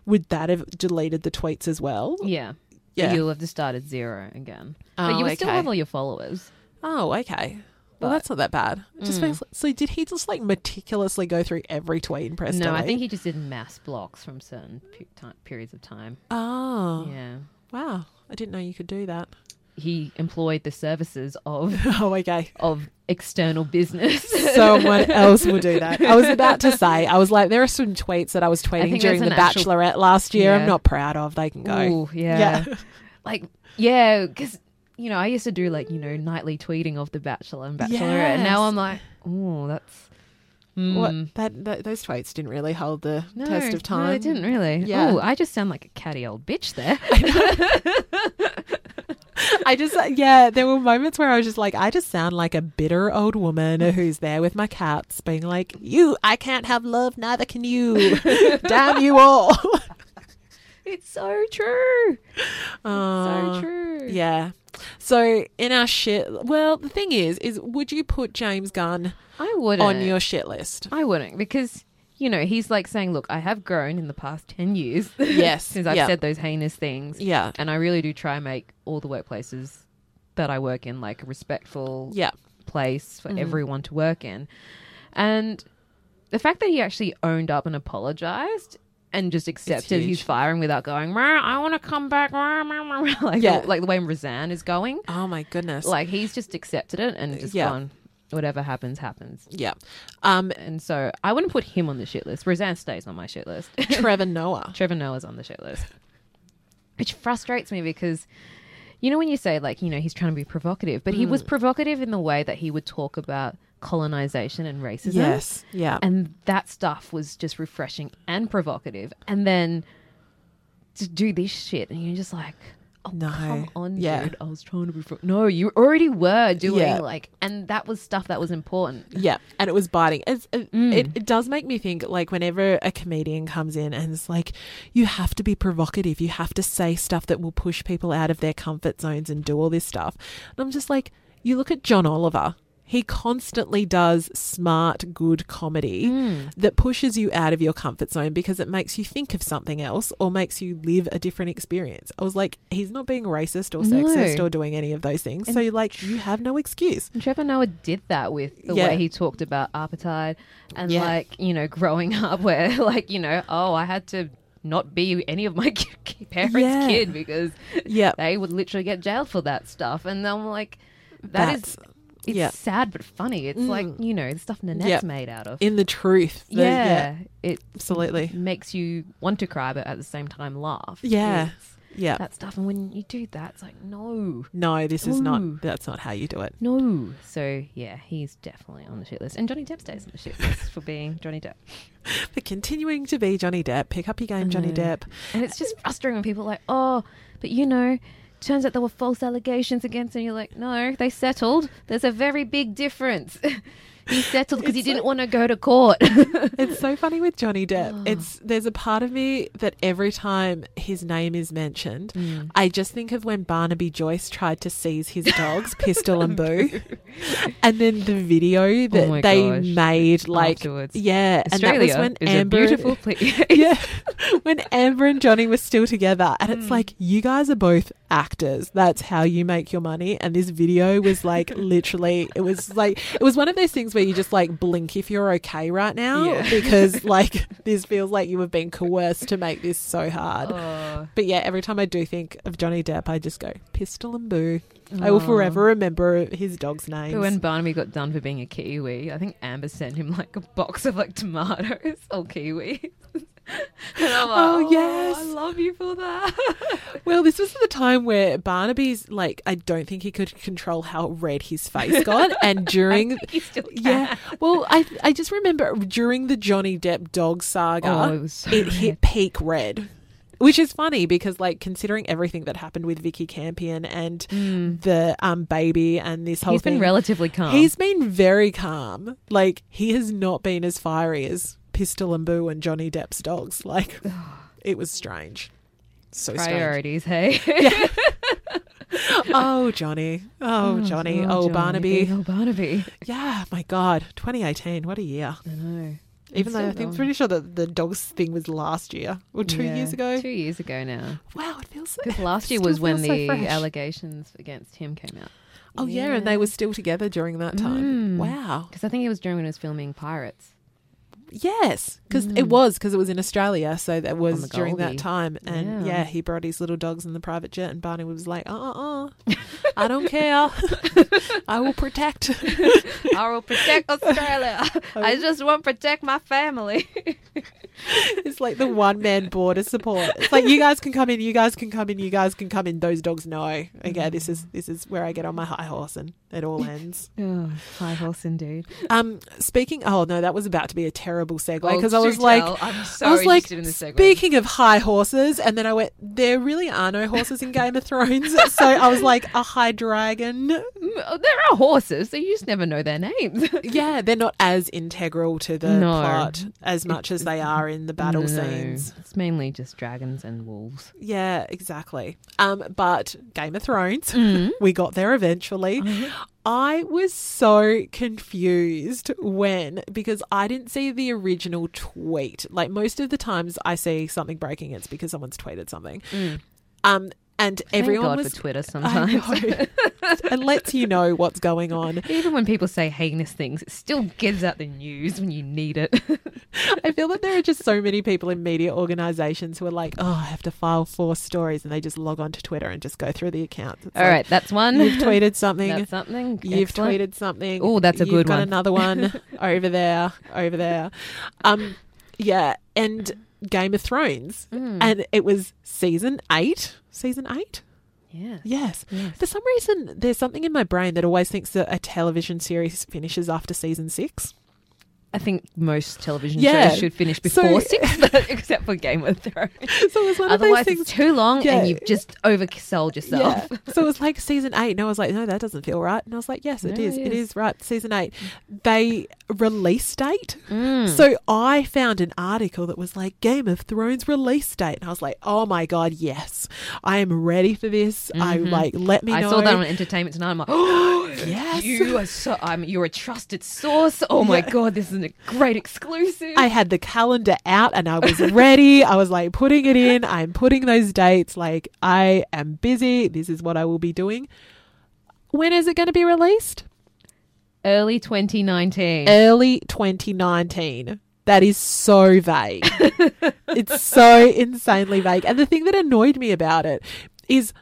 S5: would that have deleted the tweets as well?
S4: yeah
S5: Yeah.
S4: You'll have to start at zero again.
S5: Oh,
S4: but you would still
S5: okay.
S4: have all your followers.
S5: Oh, okay.
S4: But-
S5: Well, that's not that bad. Just
S4: Mm.
S5: basically- so, did he just like meticulously go through every tweet and press?
S4: No, I
S5: delete?
S4: think he just did mass blocks from certain pe- ti- periods of time.
S5: Oh,
S4: Yeah.
S5: wow! I didn't know you could do that.
S4: He employed the services of
S5: Oh, okay.
S4: of external business.
S5: Someone else will do that. I was about to say, I was like, there are some tweets that I was tweeting
S4: think
S5: during The
S4: there's an actual-
S5: Bachelorette last year. I'm
S4: Yeah.
S5: not proud of. They can go.
S4: Ooh, yeah. like, yeah, because, you know, I used to do like, you know, nightly tweeting of The Bachelor and Bachelorette. And now
S5: Yes.
S4: I'm like, oh, that's. mm,
S5: What that, that those tweets didn't really hold the
S4: No,
S5: test of time.
S4: No, it didn't really.
S5: Yeah.
S4: Oh, I just sound like a catty old bitch there.
S5: I just, uh, yeah, there were moments where I was just like, I just sound like a bitter old woman who's there with my cats, being like, You, I can't have love, neither can you. Damn you all.
S4: it's so true.
S5: Uh,
S4: so true.
S5: Yeah. So in our shit, well, the thing is, is would you put James Gunn
S4: I wouldn't.
S5: on your shit list?
S4: I wouldn't because you know he's like saying, "Look, I have grown in the past ten years.
S5: Yes,
S4: since I've
S5: yeah.
S4: said those heinous things.
S5: Yeah.
S4: and I really do try and make all the workplaces that I work in, like a respectful
S5: Yeah. Mm-hmm.
S4: place for everyone to work in. And the fact that he actually owned up and apologized and just accepted his
S5: huge.
S4: firing without going, "Rah, I want to come back, rah, rah, rah, rah," like,
S5: Yeah.
S4: the, like the way Razan is going.
S5: Oh my goodness.
S4: Like he's just accepted it and just
S5: Yeah.
S4: gone, whatever happens, happens.
S5: yeah. Um,
S4: And so I wouldn't put him on the shit list. Razan stays on my shit list.
S5: Trevor Noah.
S4: Trevor Noah's on the shit list, which frustrates me because. You know when you say like you know he's trying to be provocative, but he
S5: Mm.
S4: was provocative in the way that he would talk about colonization and racism.
S5: Yes. Yeah.
S4: and that stuff was just refreshing and provocative. And then to do this shit, and you're just like, oh,
S5: No.
S4: come on,
S5: Yeah.
S4: dude. I was trying to be. Fro- no, you already were doing
S5: Yeah.
S4: like, and that was stuff that was important.
S5: Yeah, and it was biting. It's, it,
S4: Mm.
S5: it it does make me think like whenever a comedian comes in and it's like you have to be provocative, you have to say stuff that will push people out of their comfort zones and do all this stuff. And I'm just like, you look at John Oliver. He constantly does smart, good comedy
S4: Mm.
S5: that pushes you out of your comfort zone because it makes you think of something else or makes you live a different experience. I was like, he's not being racist or
S4: No.
S5: sexist or doing any of those things. so, like, you have no excuse.
S4: And Trevor Noah did that with the
S5: Yeah.
S4: way he talked about apartheid and
S5: Yeah.
S4: like you know growing up, where like you know, oh, I had to not be any of my parents'
S5: Yeah.
S4: kid because
S5: Yeah.
S4: they would literally get jailed for that stuff. And I'm like, that is
S5: That's-
S4: it's
S5: yeah. Mm.
S4: sad but funny. It's like, you know, the stuff Nanette's
S5: Yep.
S4: made out of.
S5: in the truth. The-
S4: yeah, It
S5: Absolutely.
S4: makes you want to cry but at the same time laugh.
S5: Yeah.
S4: It's
S5: Yeah.
S4: that stuff. And when you do that, it's like, no.
S5: no, this is
S4: Ooh.
S5: not. That's not how you do it.
S4: No. So yeah, he's definitely on the shit list. And Johnny Depp stays on the shit list for being Johnny Depp.
S5: But continuing to be Johnny Depp, pick up your game,
S4: Mm.
S5: Johnny Depp.
S4: And it's just frustrating when people are like, oh, but you know, turns out there were false allegations against him. You're like, no, they settled. There's a very big difference. he settled because he didn't want to go to court.
S5: It's so funny with Johnny
S4: Oh.
S5: Depp. It's there's a part of me that every time his name is mentioned,
S4: Mm.
S5: I just think of when Barnaby Joyce tried to seize his dogs, Pistol and Boo, and then the video that
S4: Oh my
S5: they
S4: gosh.
S5: made. Like,
S4: Afterwards.
S5: yeah,
S4: Australia
S5: and that was when
S4: is
S5: Amber
S4: a beautiful place.
S5: yeah. When Amber and Johnny were still together. And
S4: Hmm.
S5: it's like, you guys are both actors. That's how you make your money. And this video was like, literally, it was like, it was one of those things where you just like blink if you're okay right now
S4: Yeah.
S5: because like this feels like you have been coerced to make this so hard.
S4: Oh.
S5: But yeah, every time I do think of Johnny Depp, I just go, pistol and boo. I will forever remember his dog's names.
S4: But when Barnaby got done for being a Kiwi, I think Amber sent him like a box of like tomatoes or Kiwi. and I'm like,
S5: Oh, yes.
S4: I love you for that.
S5: Well, this was the time where Barnaby's like I don't think he could control how red his face got, and during
S4: He still can.
S5: yeah, well, I I just remember during the Johnny Depp dog saga,
S4: Oh, it was so
S5: it
S4: red.
S5: hit peak red. Which is funny because, like, considering everything that happened with Vicky Campion and the um, baby and this whole
S4: Mm. He's
S5: thing,
S4: been relatively calm.
S5: he's been very calm. Like, he has not been as fiery as Pistol and Boo and Johnny Depp's dogs. Like, it was strange. So strange.
S4: priorities, hey.
S5: Oh, Johnny. Oh, Johnny. Oh,
S4: Johnny.
S5: Barnaby.
S4: Oh, Barnaby.
S5: Yeah, my God. 2018. What a year.
S4: I know.
S5: Even
S4: It's
S5: though
S4: so
S5: I think
S4: long.
S5: I'm pretty sure that the dogs thing was last year or two
S4: Yeah,
S5: years ago.
S4: Two years ago now.
S5: Wow, it feels so.
S4: Because last year
S5: still
S4: was when
S5: feels so
S4: the
S5: fresh.
S4: allegations against him came out.
S5: Oh, yeah. and they were still together during that time.
S4: Mm.
S5: Wow.
S4: Because I think it was during when he was filming Pirates.
S5: Yes, because it was because it was in Australia, so that was
S4: Mm. the
S5: during that
S4: Goldie.
S5: time. And
S4: Yeah.
S5: yeah. he brought his little dogs in the private jet, and Barney was like, "Uh, uh, uh, I don't care. I will protect."
S4: I will protect Australia. I just want to protect my family.
S5: It's like the one man border support. It's like you guys can come in, you guys can come in, you guys can come in. Those dogs know. Okay, this is this is where I get on my high horse, and it all ends.
S4: oh, high horse indeed.
S5: um, speaking. Oh no, that was about to be a terrible segue
S4: Oh,
S5: because I
S4: do
S5: was like,
S4: tell. I'm so
S5: I was like,
S4: interested in this segue.
S5: speaking of high horses, and then I went, there really are no horses in Game of Thrones. so I was like, a high dragon.
S4: Mm, There are horses, so you just never know their names.
S5: Yeah, they're not as integral to the
S4: No.
S5: plot as much as they are in the battle
S4: No,
S5: scenes.
S4: It's mainly just dragons and wolves.
S5: Yeah, exactly. Um, but Game of Thrones,
S4: Mm.
S5: we got there eventually.
S4: Mm-hmm.
S5: I was so confused when because I didn't see the original tweet. Like most of the times I see something breaking, it's because someone's tweeted something. Um, and
S4: Mm. Thank
S5: everyone
S4: God
S5: was
S4: for Twitter
S5: I
S4: sometimes.
S5: know. it lets you know what's going on.
S4: Even when people say heinous things, it still gives out the news when you need it.
S5: I feel that there are just so many people in media organizations who are like, oh, I have to file four stories, and they just log on to Twitter and just go through the accounts. It's
S4: All right, that's one.
S5: like, You've tweeted something.
S4: That's something.
S5: You've
S4: Excellent.
S5: tweeted something.
S4: Ooh, that's a
S5: You've
S4: good
S5: got
S4: one.
S5: Another one over there, over there. Um, yeah, and Game of Thrones,
S4: Mm. Hmm,
S5: and it was season eight. Season eight.
S4: Yeah.
S5: Yes.
S4: Yes.
S5: For some reason, there's something in my brain that always thinks that a television series finishes after season six.
S4: I think most television
S5: Yeah.
S4: shows should finish
S5: So-
S4: before six, but except for Game of Thrones.
S5: So it was one
S4: Otherwise,
S5: of those things.
S4: it's too long
S5: Yeah.
S4: and you've just oversold yourself.
S5: Yeah. So it was like season eight, and I was like, no, that doesn't feel right. And I was like, yes, it
S4: No,
S5: is.
S4: it
S5: It
S4: is.
S5: is right. Season eight. They release date.
S4: Hmm. Mm.
S5: So I found an article that was like Game of Thrones release date, and I was like, oh my god, yes, I am ready for this. I like let me
S4: Mm-hmm. I
S5: know.
S4: saw that on Entertainment Tonight. I'm like, oh,
S5: Yes.
S4: you are so, I'm, you're a trusted source. Oh my God, this is a great exclusive.
S5: I had the calendar out and I was ready. I was like putting it in. I'm putting those dates. Like, I am busy. This is what I will be doing. When is it going to be released?
S4: Early 2019.
S5: early 2019. That is so vague. it's so insanely vague. And the thing that annoyed me about it is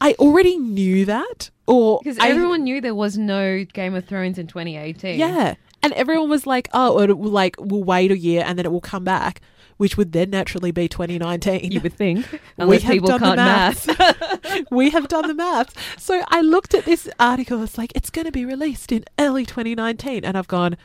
S5: I already knew that. Or
S4: Because
S5: I-
S4: everyone knew there was no Game of Thrones in 2018.
S5: Yeah. And everyone was like, oh, it will like we'll wait a year and then it will come back, which would then naturally be 2019.
S4: You would think. Unless
S5: have
S4: people
S5: done the
S4: can't math.
S5: we have done the maths. So I looked at this article. It's like it's going to be released in early 2019, and I've gone,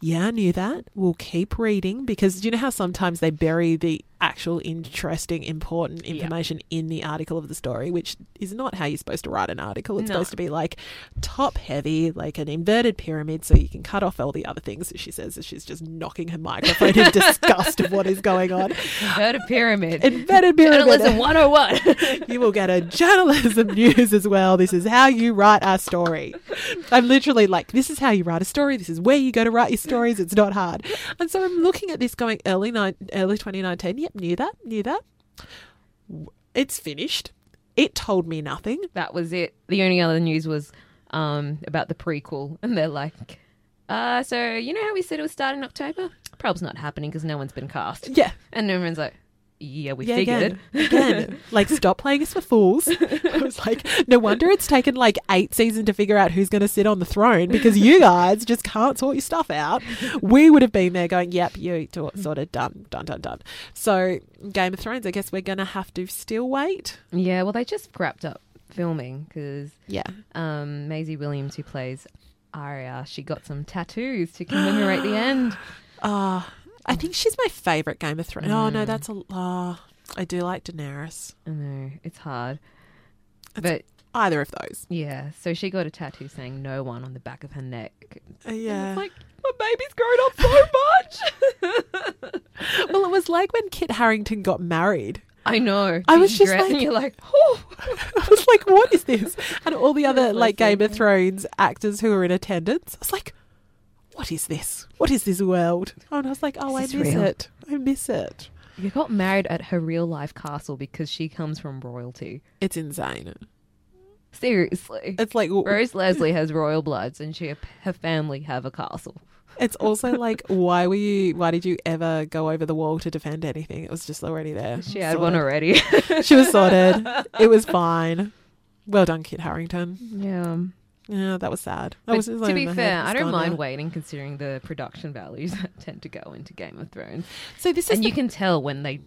S5: yeah, I knew that. We'll keep reading because you know how sometimes they bury the actual interesting, important information in the article of the story, which is not how you're supposed to write an article. It's
S4: No.
S5: supposed to be like top heavy, like an inverted pyramid, so you can cut off all the other things. She says as she's just knocking her microphone in disgust of what is going on.
S4: Heard a pyramid.
S5: Inverted pyramid
S4: Journalism 101.
S5: you will get a journalism news as well. This is how you write our story. I'm literally like, this is how you write a story. This is where you go to write your stories. It's not hard. And so I'm looking at this going early nine, early 2019. Yep, knew that, knew that. It's finished. It told me nothing.
S4: that was it. The only other news was um, about the prequel, and they're like, uh, "So you know how we said it would start in October? Probably not happening because no one's been cast."
S5: Yeah.
S4: and everyone's like, "Yeah, we
S5: Yeah,
S4: figured."
S5: again, again, like stop playing us for fools. I was like, no wonder it's taken like eight seasons to figure out who's going to sit on the throne because you guys just can't sort your stuff out. We would have been there going, yep, you do it, sorted, done, done, done, done. So Game of Thrones, I guess we're going to have to still wait.
S4: yeah, well, they just wrapped up filming because
S5: Yeah,
S4: um, Maisie Williams, who plays Arya, she got some tattoos to commemorate the end.
S5: Ah, I think she's my favorite Game of Thrones. Oh no, that's a. ah. I do like Daenerys.
S4: I know it's hard, but
S5: Either of those.
S4: yeah. So she got a tattoo saying "No one" on the back of her neck.
S5: Uh, yeah.
S4: It's like my baby's grown up so much.
S5: well, it was like when Kit Harrington got married.
S4: I know.
S5: I
S4: Did
S5: was
S4: you
S5: just
S4: regret?
S5: like-
S4: and you're like, oh,
S5: I was like, what is this? And all the other
S4: so
S5: like Game of Thrones actors who were in attendance. I was like, what is this? What is this world? Oh, and I was like, oh, I
S4: Is
S5: miss
S4: this real?
S5: it. I miss it.
S4: you got married at her real life castle because she comes from royalty.
S5: It's insane.
S4: Seriously,
S5: It's like
S4: Rose Leslie has royal bloods, and she her family have a castle.
S5: it's also like why were you why did you ever go over the wall to defend anything? It was just already there.
S4: She had one already.
S5: already. She was sorted. it was fine. Well done, Kit Harrington.
S4: yeah.
S5: Yeah, that was sad. That
S4: But
S5: was- it was
S4: to
S5: over
S4: be
S5: my head.
S4: fair,
S5: It's
S4: I don't
S5: gone
S4: mind
S5: now.
S4: waiting considering the production values that tend to go into Game of Thrones,
S5: So this is
S4: and
S5: the
S4: you can tell when they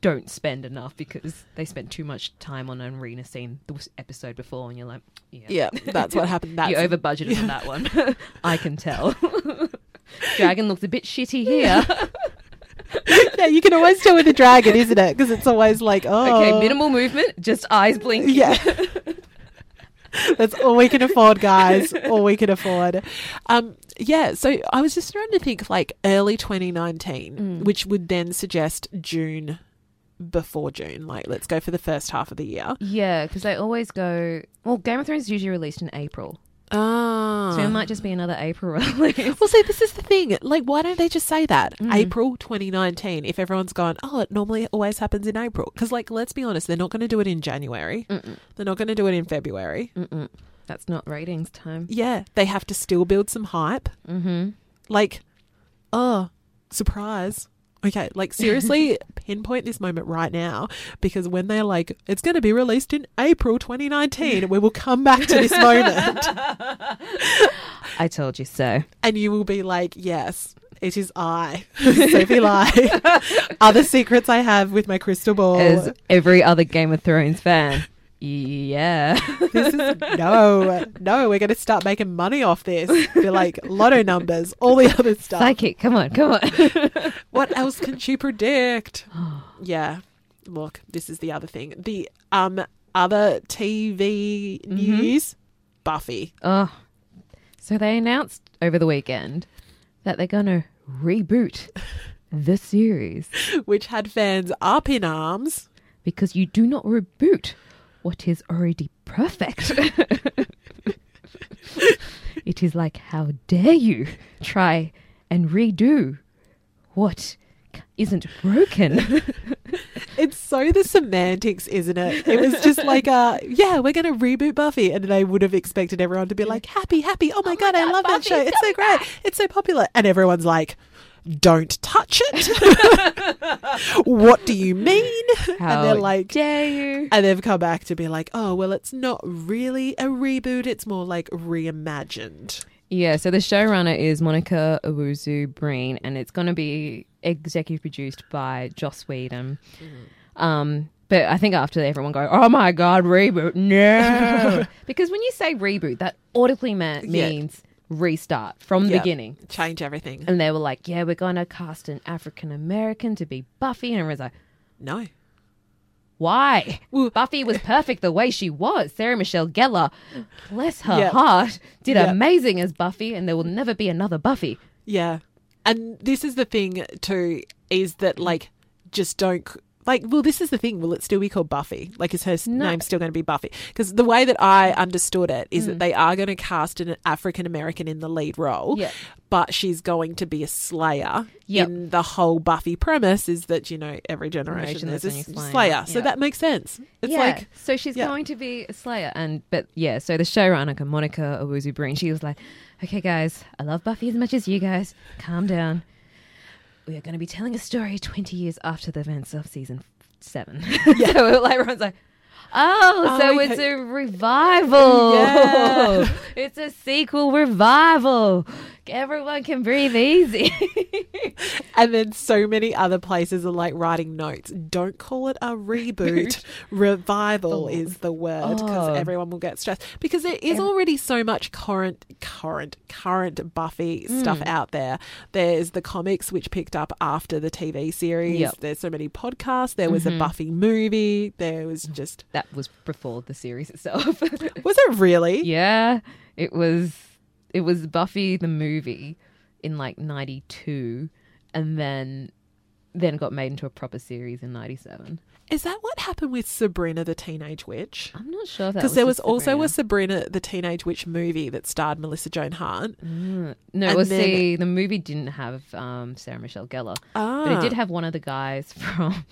S4: don't spend enough because they spent too much time on an arena scene the episode before, and you're like, yeah,
S5: yeah, that's what happened. That's
S4: you over budgeted on that one. I can tell. Dragon looks a bit shitty here.
S5: yeah, you can always tell with a dragon, isn't it? Because it's always like, oh,
S4: Okay, minimal movement, just eyes blinking.
S5: Yeah, that's all we can afford, guys. All we can afford. Um, yeah. So I was just trying to think, like early 2019,
S4: Mm.
S5: which would then suggest June before June. Like, let's go for the first half of the year.
S4: Yeah, because they always go. Well, Game of Thrones is usually released in April.
S5: Ah.
S4: So it might just be another April release.
S5: Well, see, this is the thing. Like, why don't they just say that
S4: Mm.
S5: April 2019? If everyone's gone, oh, it normally always happens in April. Because, like, let's be honest, they're not going to do it in January. They're not going to do it in February.
S4: Mm-mm. That's not ratings time.
S5: Yeah, they have to still build some hype.
S4: Mm-hmm.
S5: Like, oh, surprise. Okay, like seriously, pinpoint this moment right now because when they're like, it's going to be released in April 2019, we will come back to this moment
S4: I told you so.
S5: and you will be like, yes, it is I, Sophie Lai. Other secrets I have with my crystal ball.
S4: As every other Game of Thrones fan. Yeah.
S5: this is no, no, we're going to start making money off this. They're like lotto numbers, all the other stuff.
S4: Psychic, come on, come on.
S5: what else can she predict? yeah. Look, this is the other thing. The um other TV news, Buffy.
S4: oh. So they announced over the weekend that they're going to reboot the series
S5: which had fans up in arms.
S4: because you do not reboot what is already perfect. it is like, how dare you try and redo what isn't broken?
S5: It's so the semantics, isn't it? It was just like uh yeah, we're gonna reboot Buffy and I would have expected everyone to be like, Happy, happy, oh my god, I
S4: God,
S5: love that
S4: Buffy,
S5: show. It's so
S4: come
S5: great, it's so popular and everyone's like don't touch it. what do you mean?
S4: How
S5: and they're like,
S4: dare you?
S5: And they've come back to be like, oh, well, it's not really a reboot. It's more like reimagined.
S4: Yeah, so the showrunner is Monica Owuzu Breen, and it's going to be executive produced by Joss Whedon.
S5: Mm-hmm.
S4: Um, but I think after everyone go, oh my god, reboot, no, because when you say reboot, that audibly ma-
S5: Yeah.
S4: means restart from the
S5: Yeah.
S4: beginning.
S5: Change everything.
S4: And they were like, yeah, we're going to cast an African American to be Buffy, and everyone's like,
S5: No.
S4: why?
S5: Well-
S4: Buffy was perfect the way she was. Sarah Michelle Gellar, bless her
S5: Yeah.
S4: heart, did
S5: Yeah.
S4: amazing as Buffy, and there will never be another Buffy.
S5: Yeah. And this is the thing, too, is that,
S4: Mm.
S5: like, just don't. c- Like, well, this is the thing. Will it still be called Buffy? Like, is her s name still going to be Buffy? Because the way that I understood it is
S4: Mm.
S5: that they are going to cast an African American in the lead role,
S4: Yeah.
S5: but she's going to be a slayer.
S4: Yep.
S5: In the whole Buffy premise is that, you know, every generation
S4: Generation
S5: there's a
S4: there's
S5: s-
S4: a new
S5: slayer.
S4: slayer.
S5: So
S4: Yeah.
S5: that makes sense. It's like.
S4: so she's
S5: yeah.
S4: going to be a Slayer, and but yeah, so the showrunner Monica Owuzu Breen, she was like, "Okay, guys, I love Buffy as much as you guys. Calm down. We are going to be telling a story twenty years after the events of season seven. so like, everyone's like." Oh,
S5: Oh,
S4: so
S5: okay.
S4: it's a revival.
S5: Yeah.
S4: it's a sequel revival. Everyone can breathe easy.
S5: And then so many other places are like writing notes. Don't call it a reboot. Revival is the word because
S4: Oh.
S5: everyone will get stressed because there is already so much current, current, current Buffy stuff
S4: Mm.
S5: out there. There's the comics which picked up after the TV series.
S4: Yep. Mm-hmm.
S5: There's so many podcasts. There was a Buffy movie. There was just
S4: that was before the series itself.
S5: was it really?
S4: Yeah, it was. It was Buffy the movie in like '92, and then then got made into a proper series in '97.
S5: Is that what happened with Sabrina the Teenage Witch?
S4: I'm not sure if that
S5: Because there was
S4: with
S5: also a
S4: Sabrina.
S5: Sabrina the Teenage Witch movie that starred Melissa Joan Hart.
S4: Mm. no.
S5: Hmm. and
S4: Well,
S5: then-
S4: see, the movie didn't have um, Sarah Michelle Gellar,
S5: Ah.
S4: but it did have one of the guys from.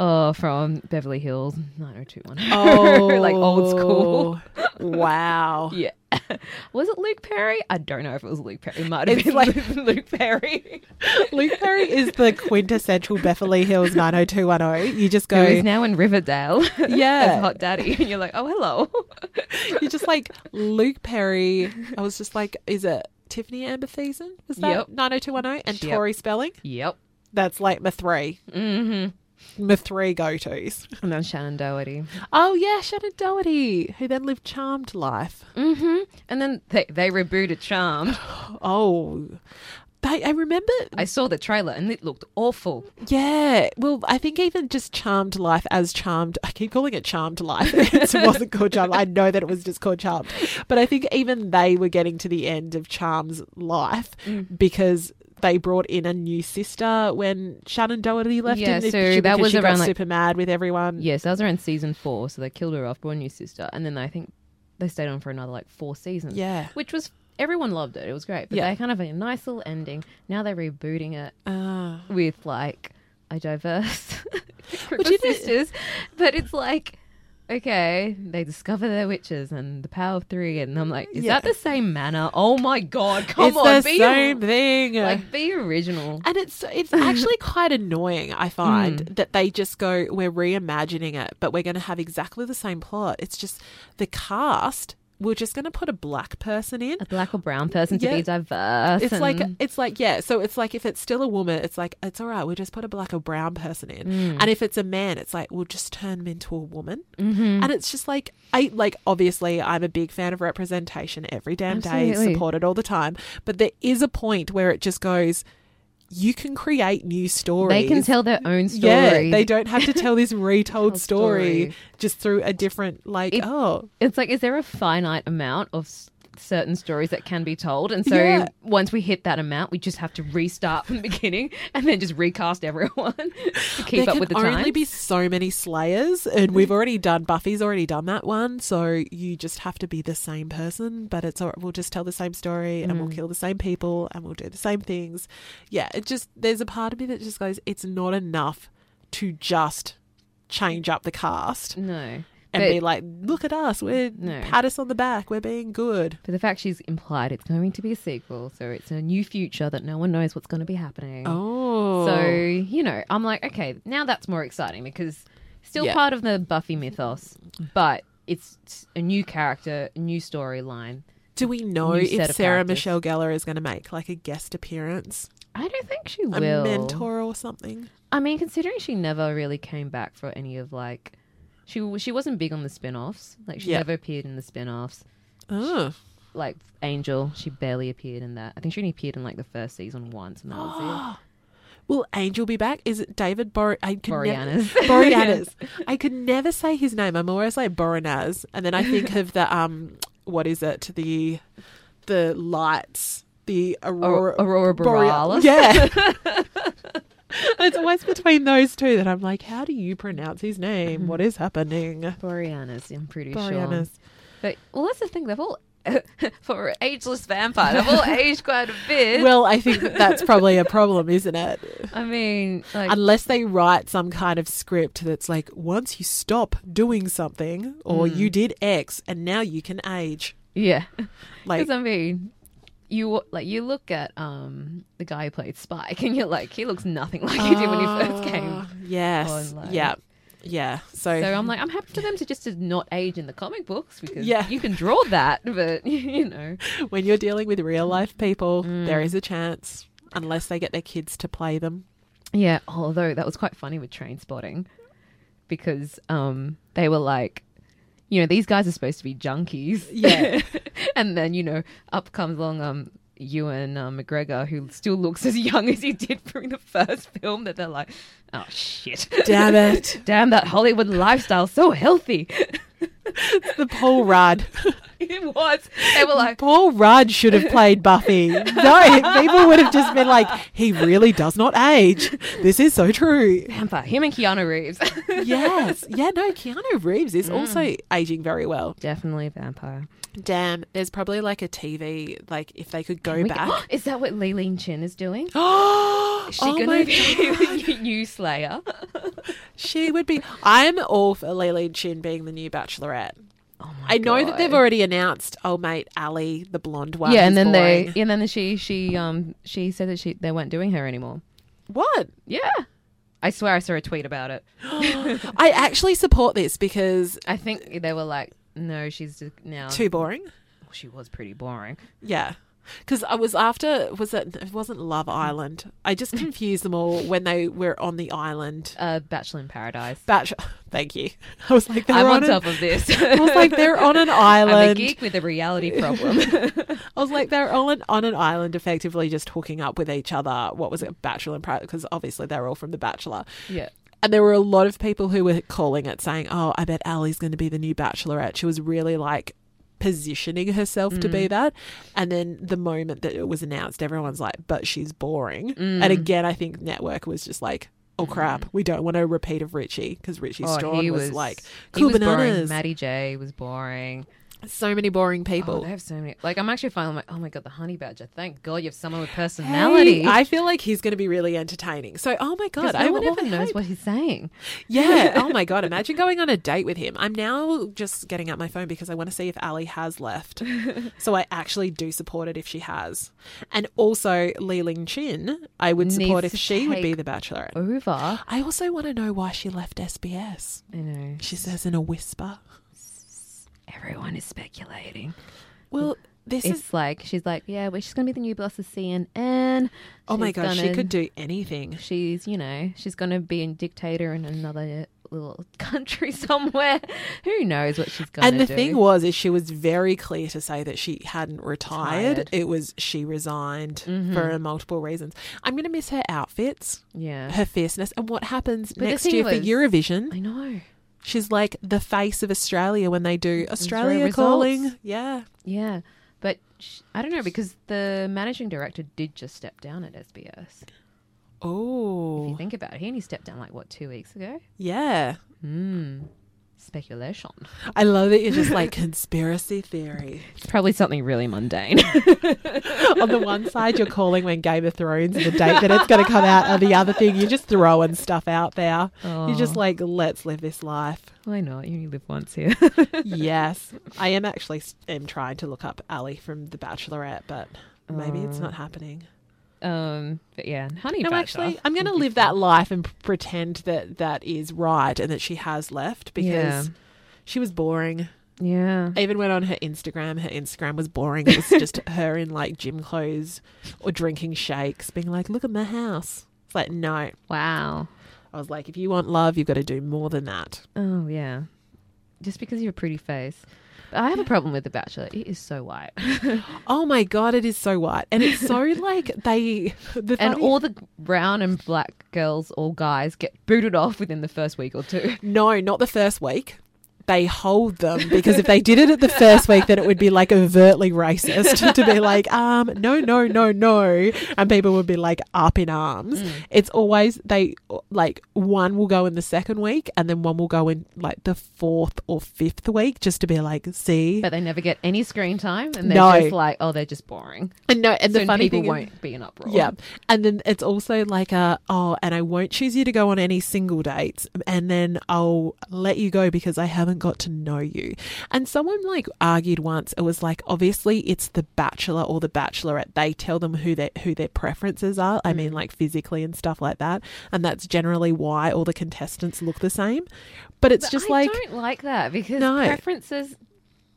S4: Oh, from Beverly Hills, 90210. like old school.
S5: Oh. Wow.
S4: Yeah. Was it Luke Perry? I don't know if it was Luke Perry. It might have
S5: It's
S4: been
S5: like-
S4: Luke Perry.
S5: Luke Perry is the quintessential Beverly Hills 90210. You just
S4: who is
S5: go,
S4: now in Riverdale.
S5: Yeah.
S4: as Hot Daddy. And you're like, oh, hello.
S5: you're just like, Luke Perry. I was just like, is it Tiffany Amber Thiessen? Was that
S4: Yep.
S5: 90210? And
S4: Yep.
S5: Tori Spelling?
S4: yep.
S5: That's like my three. Mm-hmm. My three go-tos.
S4: And then Shannon Doherty.
S5: Oh, yeah, Shannon Doherty, who then lived Charmed Life.
S4: Mm-hmm. And then they, they rebooted Charmed.
S5: Oh, I, I remember
S4: I saw the trailer and it looked awful.
S5: Yeah. Well, I think even just Charmed Life as Charmed, I keep calling it Charmed Life. it wasn't called Charmed. I know that it was just called Charmed. But I think even they were getting to the end of Charm's life
S4: Mm.
S5: because they brought in a new sister when Shannon Doherty left.
S4: Yeah,
S5: didn't
S4: so
S5: she,
S4: that
S5: because
S4: was
S5: she
S4: around,
S5: got
S4: like-
S5: super mad with everyone.
S4: Yes, that was around season four. So they killed her off, born new sister. And then I think they stayed on for another like four seasons.
S5: Yeah.
S4: Which was everyone loved it. It was great. But
S5: Yeah.
S4: they kind of had a nice little ending. Now they're rebooting it
S5: Ah.
S4: with like a diverse group
S5: Which
S4: of
S5: is it-
S4: sisters. But it's like Okay, they discover they're witches and the power of three, and I'm like, is
S5: Yeah.
S4: that the same manner? Oh my god, come
S5: it's
S4: on,
S5: the
S4: be
S5: same thing.
S4: like be original.
S5: and it's it's actually quite annoying. I find that they just go, we're reimagining it, but we're going to have exactly the same plot. It's just the cast. We're just going to put a black person in.
S4: A black or brown person to
S5: Yeah.
S4: be diverse.
S5: It's like
S4: and-
S5: it's like yeah. So it's like if it's still a woman, it's like it's all right. We'll just put a black or brown person in,
S4: Mm.
S5: and if it's a man, it's like we'll just turn him into a woman. Mm-hmm. And it's just like I like obviously I'm a big fan of representation every damn day,
S4: Absolutely.
S5: support it all the time. But there is a point where it just goes. You can create new stories.
S4: they can tell their own story.
S5: Yeah, they don't have to tell this retold
S4: Tell
S5: story,
S4: story.
S5: just through a different like.
S4: It-
S5: oh,
S4: It's like, is there a finite amount of s- certain stories that can be told? And so
S5: Yeah.
S4: once we hit that amount, we just have to restart from the beginning and then just recast everyone to keep
S5: there
S4: up
S5: can
S4: with the
S5: only
S4: times. Mm.
S5: be so many slayers, and we've already done Buffy's already done that one, so you just have to be the same person. But it's all, we'll just tell the same story, and
S4: Mm.
S5: we'll kill the same people, and we'll do the same things. Yeah, it just there's a part of me that just goes, it's not enough to just change up the cast and
S4: no.
S5: be
S4: But,
S5: like, look at us, we're
S4: No.
S5: pat us on the back, we're being good.
S4: but the fact she's implied it's going to be a sequel, so it's a new future that no one knows what's going to be happening.
S5: Oh,
S4: So, you know, I'm like, okay, now that's more exciting because still
S5: Yeah.
S4: part of the Buffy mythos, but it's a new character, a new storyline.
S5: do we know
S4: new
S5: if
S4: set of
S5: Sarah
S4: characters.
S5: Michelle Gellar is going to make like a guest appearance,
S4: I don't think she
S5: a
S4: will.
S5: mentor or something?
S4: I mean, considering she never really came back for any of like, she she wasn't big on the spin-offs. Like she
S5: Yeah.
S4: never appeared in the spin-offs.
S5: Oh.
S4: Like Angel, she barely appeared in that. I think she only appeared in like the first season once, and that was
S5: Will Angel be back? Is it David Bor- I could
S4: Boreanaz.
S5: Never- Boreanaz. I could never say his name. I'm always like Boreanaz, and then I think of the um, what is it? The the lights, the aurora,
S4: Oh, Aurora
S5: Bore-
S4: Borealis?
S5: Yeah. it's always between those two that I'm like, how do you pronounce his name? What is happening?
S4: it. Boreanaz, I'm pretty
S5: Boreanaz.
S4: sure. But well, that's the thing. They've all for an ageless vampire, they've all aged quite a bit.
S5: Well, I think that's probably a problem, isn't it?
S4: I mean, like
S5: unless they write some kind of script that's like once you stop doing something or
S4: Hmm.
S5: you did x and now you can age
S4: yeah,
S5: like
S4: because I mean. You like you look at um the guy who played Spike and you're like he looks nothing like he did when he first came
S5: Ah, yes
S4: online.
S5: yeah yeah so,
S4: So I'm like, I'm happy for them to just to not age in the comic books because
S5: Yeah.
S4: you can draw that, but you know,
S5: when you're dealing with real life people
S4: Hmm.
S5: there is a chance unless they get their kids to play them
S4: yeah. Although that was quite funny with Train Spotting because um they were like, you know, these guys are supposed to be junkies,
S5: Yeah.
S4: and then you know, up comes along um Ewan uh, McGregor who still looks as young as he did during the first film. That they're like, oh shit,
S5: damn it
S4: damn that Hollywood lifestyle so healthy.
S5: the paul rudd
S4: it was. They were like.
S5: paul rudd should have played buffy no people would have just been like he really does not age this is so true
S4: Vampire, him and Keanu Reeves.
S5: yes. Yeah, no, Keanu Reeves is also aging very well.
S4: Definitely vampire.
S5: Damn, there's probably like a TV, like if they could go
S4: We can-
S5: back.
S4: is that what Leland Chin is doing?
S5: oh
S4: Is she
S5: my
S4: gonna be the new Slayer?
S5: She would be. I'm all for Lily Chin being the new Bachelorette.
S4: Oh my
S5: I know that they've already announced, oh, mate, Ali, the blonde one.
S4: yeah, and
S5: is
S4: then
S5: boring.
S4: they and then she she um she said that she they weren't doing her anymore.
S5: What?
S4: Yeah, I swear I saw a tweet about it.
S5: I actually support this because
S4: I think they were like, no, she's just now Oh,
S5: too boring.
S4: she was pretty boring.
S5: Yeah. Because I was after, was it, it wasn't Love Island. I just confused them all when they were on the island.
S4: Uh, Bachelor in Paradise.
S5: Batch. Thank you. I was like, they're
S4: I'm on
S5: on, an-
S4: top of this.
S5: I was like, they're on an
S4: I'm a
S5: island.
S4: geek with a reality problem.
S5: I was like, they're all on, on an island, effectively just hooking up with each other. What was it, Bachelor and Pride? Because obviously they're all from The Bachelor.
S4: yeah.
S5: And there were a lot of people who were calling it, saying, "Oh, I bet Ali's going to be the new Bachelorette." She was really like positioning herself to
S4: Mm.
S5: be that. And then the moment that it was announced, everyone's like, "But she's boring."
S4: Mm.
S5: And again, I think Network was just like. Oh crap! We don't want a repeat of Richie because Richie Strong was, like cool
S4: Oh, he was boring.
S5: bananas.
S4: Maddie J was boring.
S5: So many boring
S4: Oh,
S5: people.
S4: they have so many. Like, I'm actually finding, like, oh my God, the honey badger. Thank God you have someone with
S5: Hey,
S4: personality.
S5: I feel like he's going to be really entertaining. So, oh my
S4: 'Cause
S5: god,
S4: no
S5: I
S4: one
S5: well,
S4: ever
S5: I
S4: knows
S5: hope-
S4: what he's saying.
S5: Yeah. oh my god, imagine going on a date with him. I'm now just getting out my phone because I want to see if Ali has left. so I actually do support it if she has, and also Li Ling Chin, I would support
S4: Needs
S5: if
S4: to
S5: she would be
S4: take
S5: the Bachelorette.
S4: Over.
S5: I also want to know why she left SBS.
S4: I know.
S5: She says in a whisper.
S4: Everyone is speculating.
S5: Well, this
S4: It's
S5: is
S4: like, she's like, yeah, well, she's going to be the new boss of CNN.
S5: oh my
S4: She's
S5: gosh, she
S4: gonna-
S5: could do anything.
S4: She's, you know, she's going to be a dictator in another little country somewhere. Who knows what she's going to do?
S5: And the thing was, is she was very clear to say that she hadn't retired.
S4: Retired. Mm-hmm.
S5: It was she resigned for multiple reasons. I'm going to miss her outfits,
S4: yeah.
S5: her fierceness, and what happens
S4: the
S5: next
S4: thing
S5: year for
S4: was-
S5: Eurovision.
S4: I know.
S5: She's like the face of Australia when they do Australia
S4: results.
S5: calling. Yeah,
S4: Yeah. But sh- I don't know because the managing director did just step down at SBS. If you
S5: oh
S4: think about it, he only stepped down like what two weeks ago. Hmm.
S5: yeah.
S4: Speculation.
S5: I love that you're just like conspiracy theory.
S4: It's probably something really mundane.
S5: on the one side you're calling when Game of Thrones and the date that it's going to come out, and the other thing you're just throwing stuff out there. You're just
S4: Oh.
S5: like, let's live this life.
S4: Why not? You only live once here.
S5: yes, I am actually s- am trying to look up Ali from The Bachelorette, but maybe it's not happening.
S4: um, but yeah, honey.
S5: No,
S4: badger.
S5: actually, I'm going to live that life and p- pretend that that is right and that she has left because.
S4: Yeah.
S5: She was boring.
S4: Yeah.
S5: I even went on her Instagram. Her Instagram was boring. It was just her in like gym clothes or drinking shakes, being like, look at my house. It's like, no,
S4: Wow.
S5: I was like, if you want love, you've got to do more than that.
S4: Oh yeah. Just because you have a pretty face. But I have a problem with The Bachelor. It is so white.
S5: Oh my god, it is so white, and it's so like they the
S4: and
S5: funny-
S4: all the brown and black girls or guys get booted off within the first week or two.
S5: no, not the first week. They hold them because if they did it at the first week, then it would be like overtly racist to be like, um, no, no, no, no, and people would be like up in arms.
S4: Mm.
S5: It's always they like one will go in the second week, and then one will go in like the fourth or fifth week, just to be like, see,
S4: But they never get any screen time and they're
S5: No.
S4: just like, oh, they're just boring.
S5: and no, and
S4: So
S5: the funny
S4: people
S5: thing is-
S4: won't be in uproar.
S5: Yeah. And then it's also like a, oh, and I won't choose you to go on any single dates. And then I'll let you go because I haven't got to know you. And someone like argued once, it was like, obviously it's the bachelor or the bachelorette. They tell them who their, who their preferences are. I
S4: Mm.
S5: mean, like physically and stuff like that. And that's generally why all the contestants look the same. But it's
S4: But
S5: just
S4: I
S5: like,
S4: don't like that because
S5: No.
S4: preferences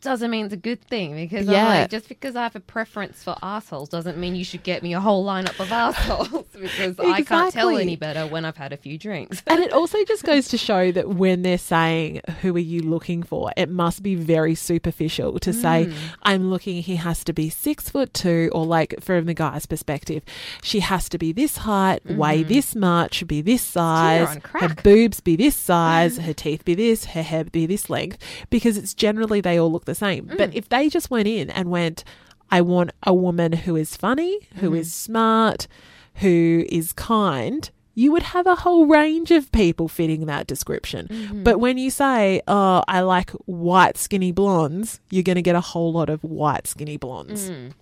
S4: doesn't mean it's a good thing because I'm
S5: Yeah.
S4: like, just because I have a preference for assholes doesn't mean you should get me a whole lineup of assholes because I can't tell
S5: Exactly.
S4: any better when I've had a few drinks.
S5: And it also just goes to show that when they're saying, Who are you looking for? it must be very superficial to say, I'm looking, he has to be six foot two, or like from the guy's perspective, she has to be this height, weigh this much, be this
S4: Teeter
S5: size,
S4: on
S5: her
S4: crack. Mm.
S5: boobs be this size, her teeth be this, her hair be this length, because it's generally they all look the same.
S4: Mm.
S5: But if they just went in and went, I want a woman who is funny, who is
S4: Mm-hmm.
S5: smart, who is kind, you would have a whole range of people fitting that description.
S4: Mm-hmm.
S5: But when you say, oh, I like white skinny blondes, you're going to get a whole lot of white skinny blondes.
S4: Mm.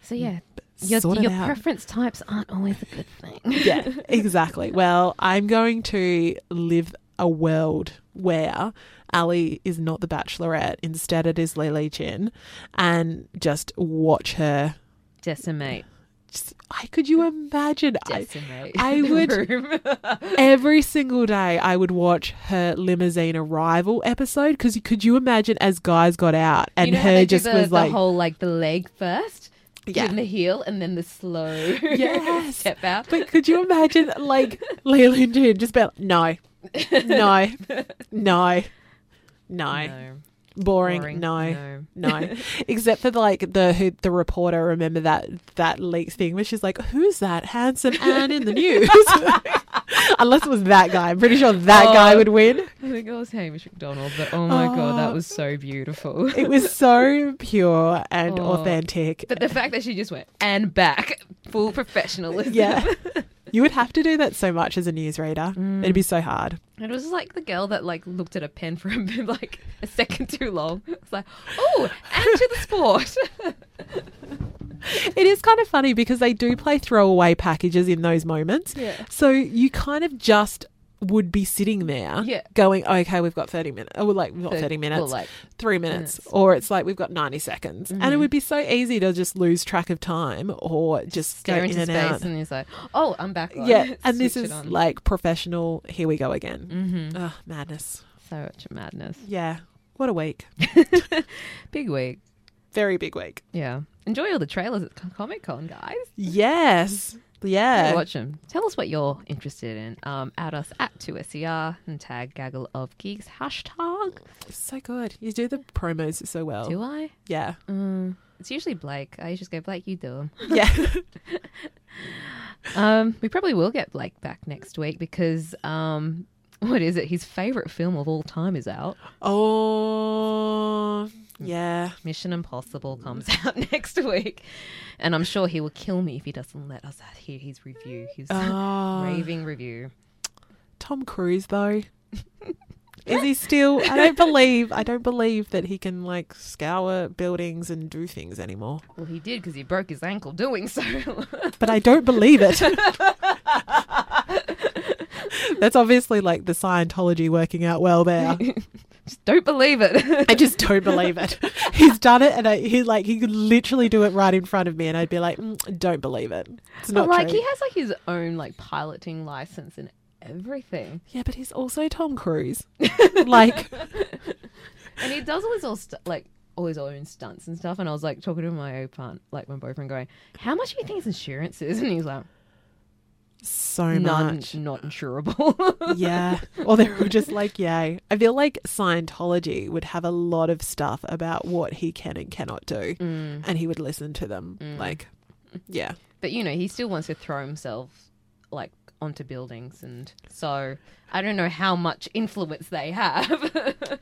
S4: So yeah, your,
S5: sort it
S4: your
S5: out.
S4: preference types aren't always a good thing.
S5: Yeah, exactly. Well, I'm going to live a world where Ali is not the bachelorette. Instead, it is Lily Chin and just watch her.
S4: Decimate,
S5: Just, I could you imagine? I,
S4: decimate.
S5: I
S4: the
S5: would-
S4: room.
S5: every single day, I would watch her limousine arrival episode because could you imagine as guys got out and
S4: you know how they
S5: her
S4: do
S5: just
S4: the,
S5: was
S4: the
S5: like,
S4: whole like the leg first,
S5: Yeah.
S4: then the heel, and then the slow
S5: Yes.
S4: step out.
S5: But could you imagine, like, Leland June just be like, no, no, no, no,
S4: No.
S5: boring,
S4: Boring.
S5: no.
S4: No.
S5: No, except for the, like the who, the reporter. Remember that that leaked thing where she's like, "Who's that handsome man in the news?" Unless it was that guy, I'm pretty sure that
S4: Oh.
S5: guy would win.
S4: I think it was Hamish McDonald, but oh my god, that was so beautiful.
S5: It was so pure and
S4: Oh.
S5: authentic.
S4: but the fact that she just went and back, full professionalism.
S5: yeah, You would have to do that so much as a newsreader.
S4: Mm.
S5: It'd be so hard.
S4: And it was just like the girl that like looked at a pen for a bit, like a second too long. It's like, oh, and to the sport.
S5: It is kind of funny because they do play throwaway packages in those moments.
S4: Yeah.
S5: So you kind of just would be sitting there
S4: Yeah.
S5: going, okay, we've got 30 minutes. Oh, like, not
S4: Thir-
S5: 30 minutes.
S4: well, like,
S5: three minutes.
S4: minutes. Mm-hmm.
S5: Or it's like, we've got 90 seconds. And it would be so easy to just lose track of time or just go
S4: Stare
S5: in
S4: into
S5: and
S4: space,
S5: out.
S4: and he's like, oh, I'm back. on."
S5: yeah. And this
S4: Switch it
S5: is
S4: on. Mm.
S5: like professional. Here we go again. Mm-hmm. Ugh, madness.
S4: so much madness.
S5: Yeah. What a week.
S4: Big week.
S5: Very big week.
S4: Yeah. Enjoy all the trailers at Comic Con, guys.
S5: Yes. Yeah.
S4: Go watch them. Tell us what you're interested in. Um, add us at 2SER and tag Gaggle of Geeks hashtag.
S5: It's so good. You do the promos so well.
S4: Do I?
S5: Yeah.
S4: Mm, it's usually Blake. I just go, Blake, you do
S5: Yeah.
S4: them. Um, we probably will get Blake back next week because, um, what is it? His favorite film of all time is out.
S5: oh.
S4: Hmm.
S5: Yeah.
S4: Mission Impossible comes out next week. And I'm sure he will kill me if he doesn't let us hear his review, his
S5: Oh.
S4: raving review.
S5: Tom Cruise though. Is he still I don't believe I don't believe that he can like scour buildings and do things anymore.
S4: Well, he did because he broke his ankle doing so.
S5: But I don't believe it. That's obviously like the Scientology working out well there.
S4: just don't believe it.
S5: I just don't believe it. He's done it and I, he like he could literally do it right in front of me and I'd be like, "Mm, "Don't believe it." It's not
S4: But like
S5: true.
S4: he has like his own like piloting license and everything,
S5: yeah, but he's also Tom Cruise. like
S4: and he does all his all stu- like all his own stunts and stuff. And I was like talking to my old part, like my boyfriend, going, "How much do you think his insurance is?" And he's like,
S5: so
S4: "None,
S5: much.
S4: not insurable."
S5: yeah. Or they were just like, yay. I feel like Scientology would have a lot of stuff about what he can and cannot do.
S4: Mm.
S5: And he would listen to them. Like, yeah.
S4: but you know, he still wants to throw himself like onto buildings, and so I don't know how much influence they have. 'Cause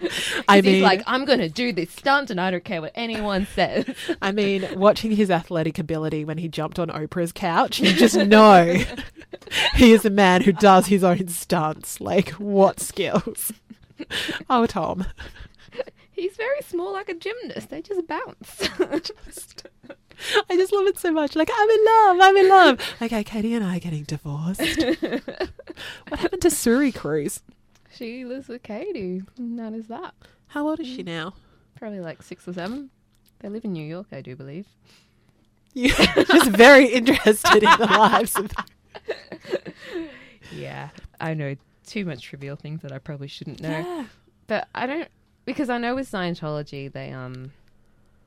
S5: I
S4: he's
S5: mean-
S4: like, "I'm going to do this stunt, and I don't care what anyone says."
S5: I mean, watching his athletic ability when he jumped on Oprah's couch, you just know he is a man who does his own stunts. Like, what skills? Oh, Tom.
S4: He's very small, like a gymnast. They just bounce.
S5: I just love it so much. Like, I'm in love. I'm in love. Okay, Katie and I are getting divorced. what happened to Suri Cruise?
S4: she lives with Katie. And that is that.
S5: How old is she now?
S4: Probably like six or seven. They live in New York, I do believe.
S5: you just very interested in the lives of
S4: Yeah, I know too much trivial things that I probably shouldn't know. But I don't because I know with Scientology they um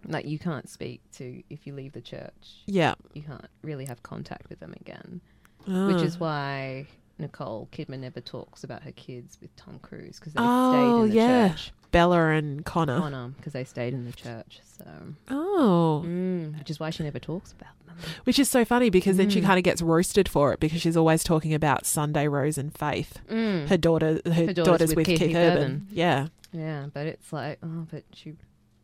S4: like you can't speak to if you leave the church.
S5: Yeah.
S4: You can't really have contact with them again,
S5: Oh.
S4: which is why Nicole Kidman never talks about her kids with Tom Cruise because they stayed
S5: Oh,
S4: in the
S5: yeah.
S4: church.
S5: Bella and Connor.
S4: on because they stayed in the church. So, Mm,
S5: Oh.
S4: which is why she never talks about them.
S5: Which is so funny because then she kind of gets roasted for it because she's always talking about Sunday Rose and Faith.
S4: Mm,
S5: Her daughter Mm. her,
S4: daughter's
S5: daughter's, with, Keith, Urban. Yeah.
S4: Yeah, but it's like, oh, but she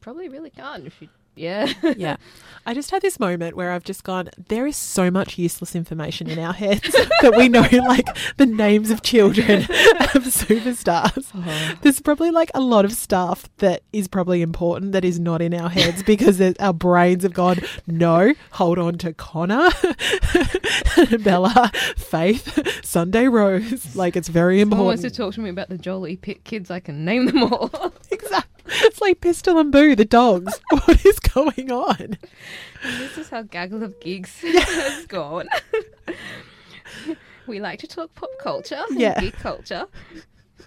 S4: probably really can't if she. Yeah,
S5: Yeah. I just had this moment where I've just gone, there is so much useless information in our heads that we know like the names of children of superstars. There's probably like a lot of stuff that is probably important that is not in our heads because there's- our brains have gone, no, hold on to Connor, Bella, Faith, Sunday Rose. Like it's very
S4: Someone wants
S5: important.
S4: to talk to me about the Jolie Pitt kids. I can name them all.
S5: exactly. It's like Pistol and Boo, the dogs. what is going on?
S4: this is how Gaggle of Gigs has gone. we like to talk pop culture, and
S5: Yeah.
S4: geek culture,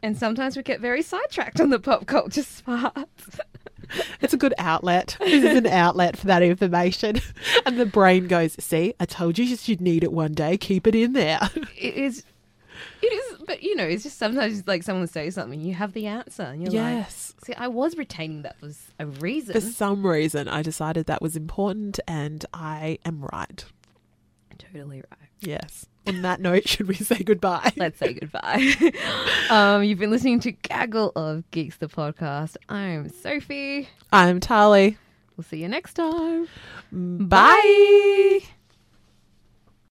S4: and sometimes we get very sidetracked on the pop culture part.
S5: It's a good outlet. This is an outlet for that information. And the brain goes, See, I told you you'd need it one day. Keep it in there.
S4: it is it is but you know it's just sometimes like someone says something you have the answer and you're
S5: Yes.
S4: like see i was retaining that for s- a reason
S5: For some reason, I decided that was important and I am right.
S4: totally right
S5: Yes. On that note, should we say goodbye?
S4: let's say goodbye um you've been listening to gaggle of geeks the podcast i'm sophie
S5: I'm Tali.
S4: we'll see you next time
S5: Bye.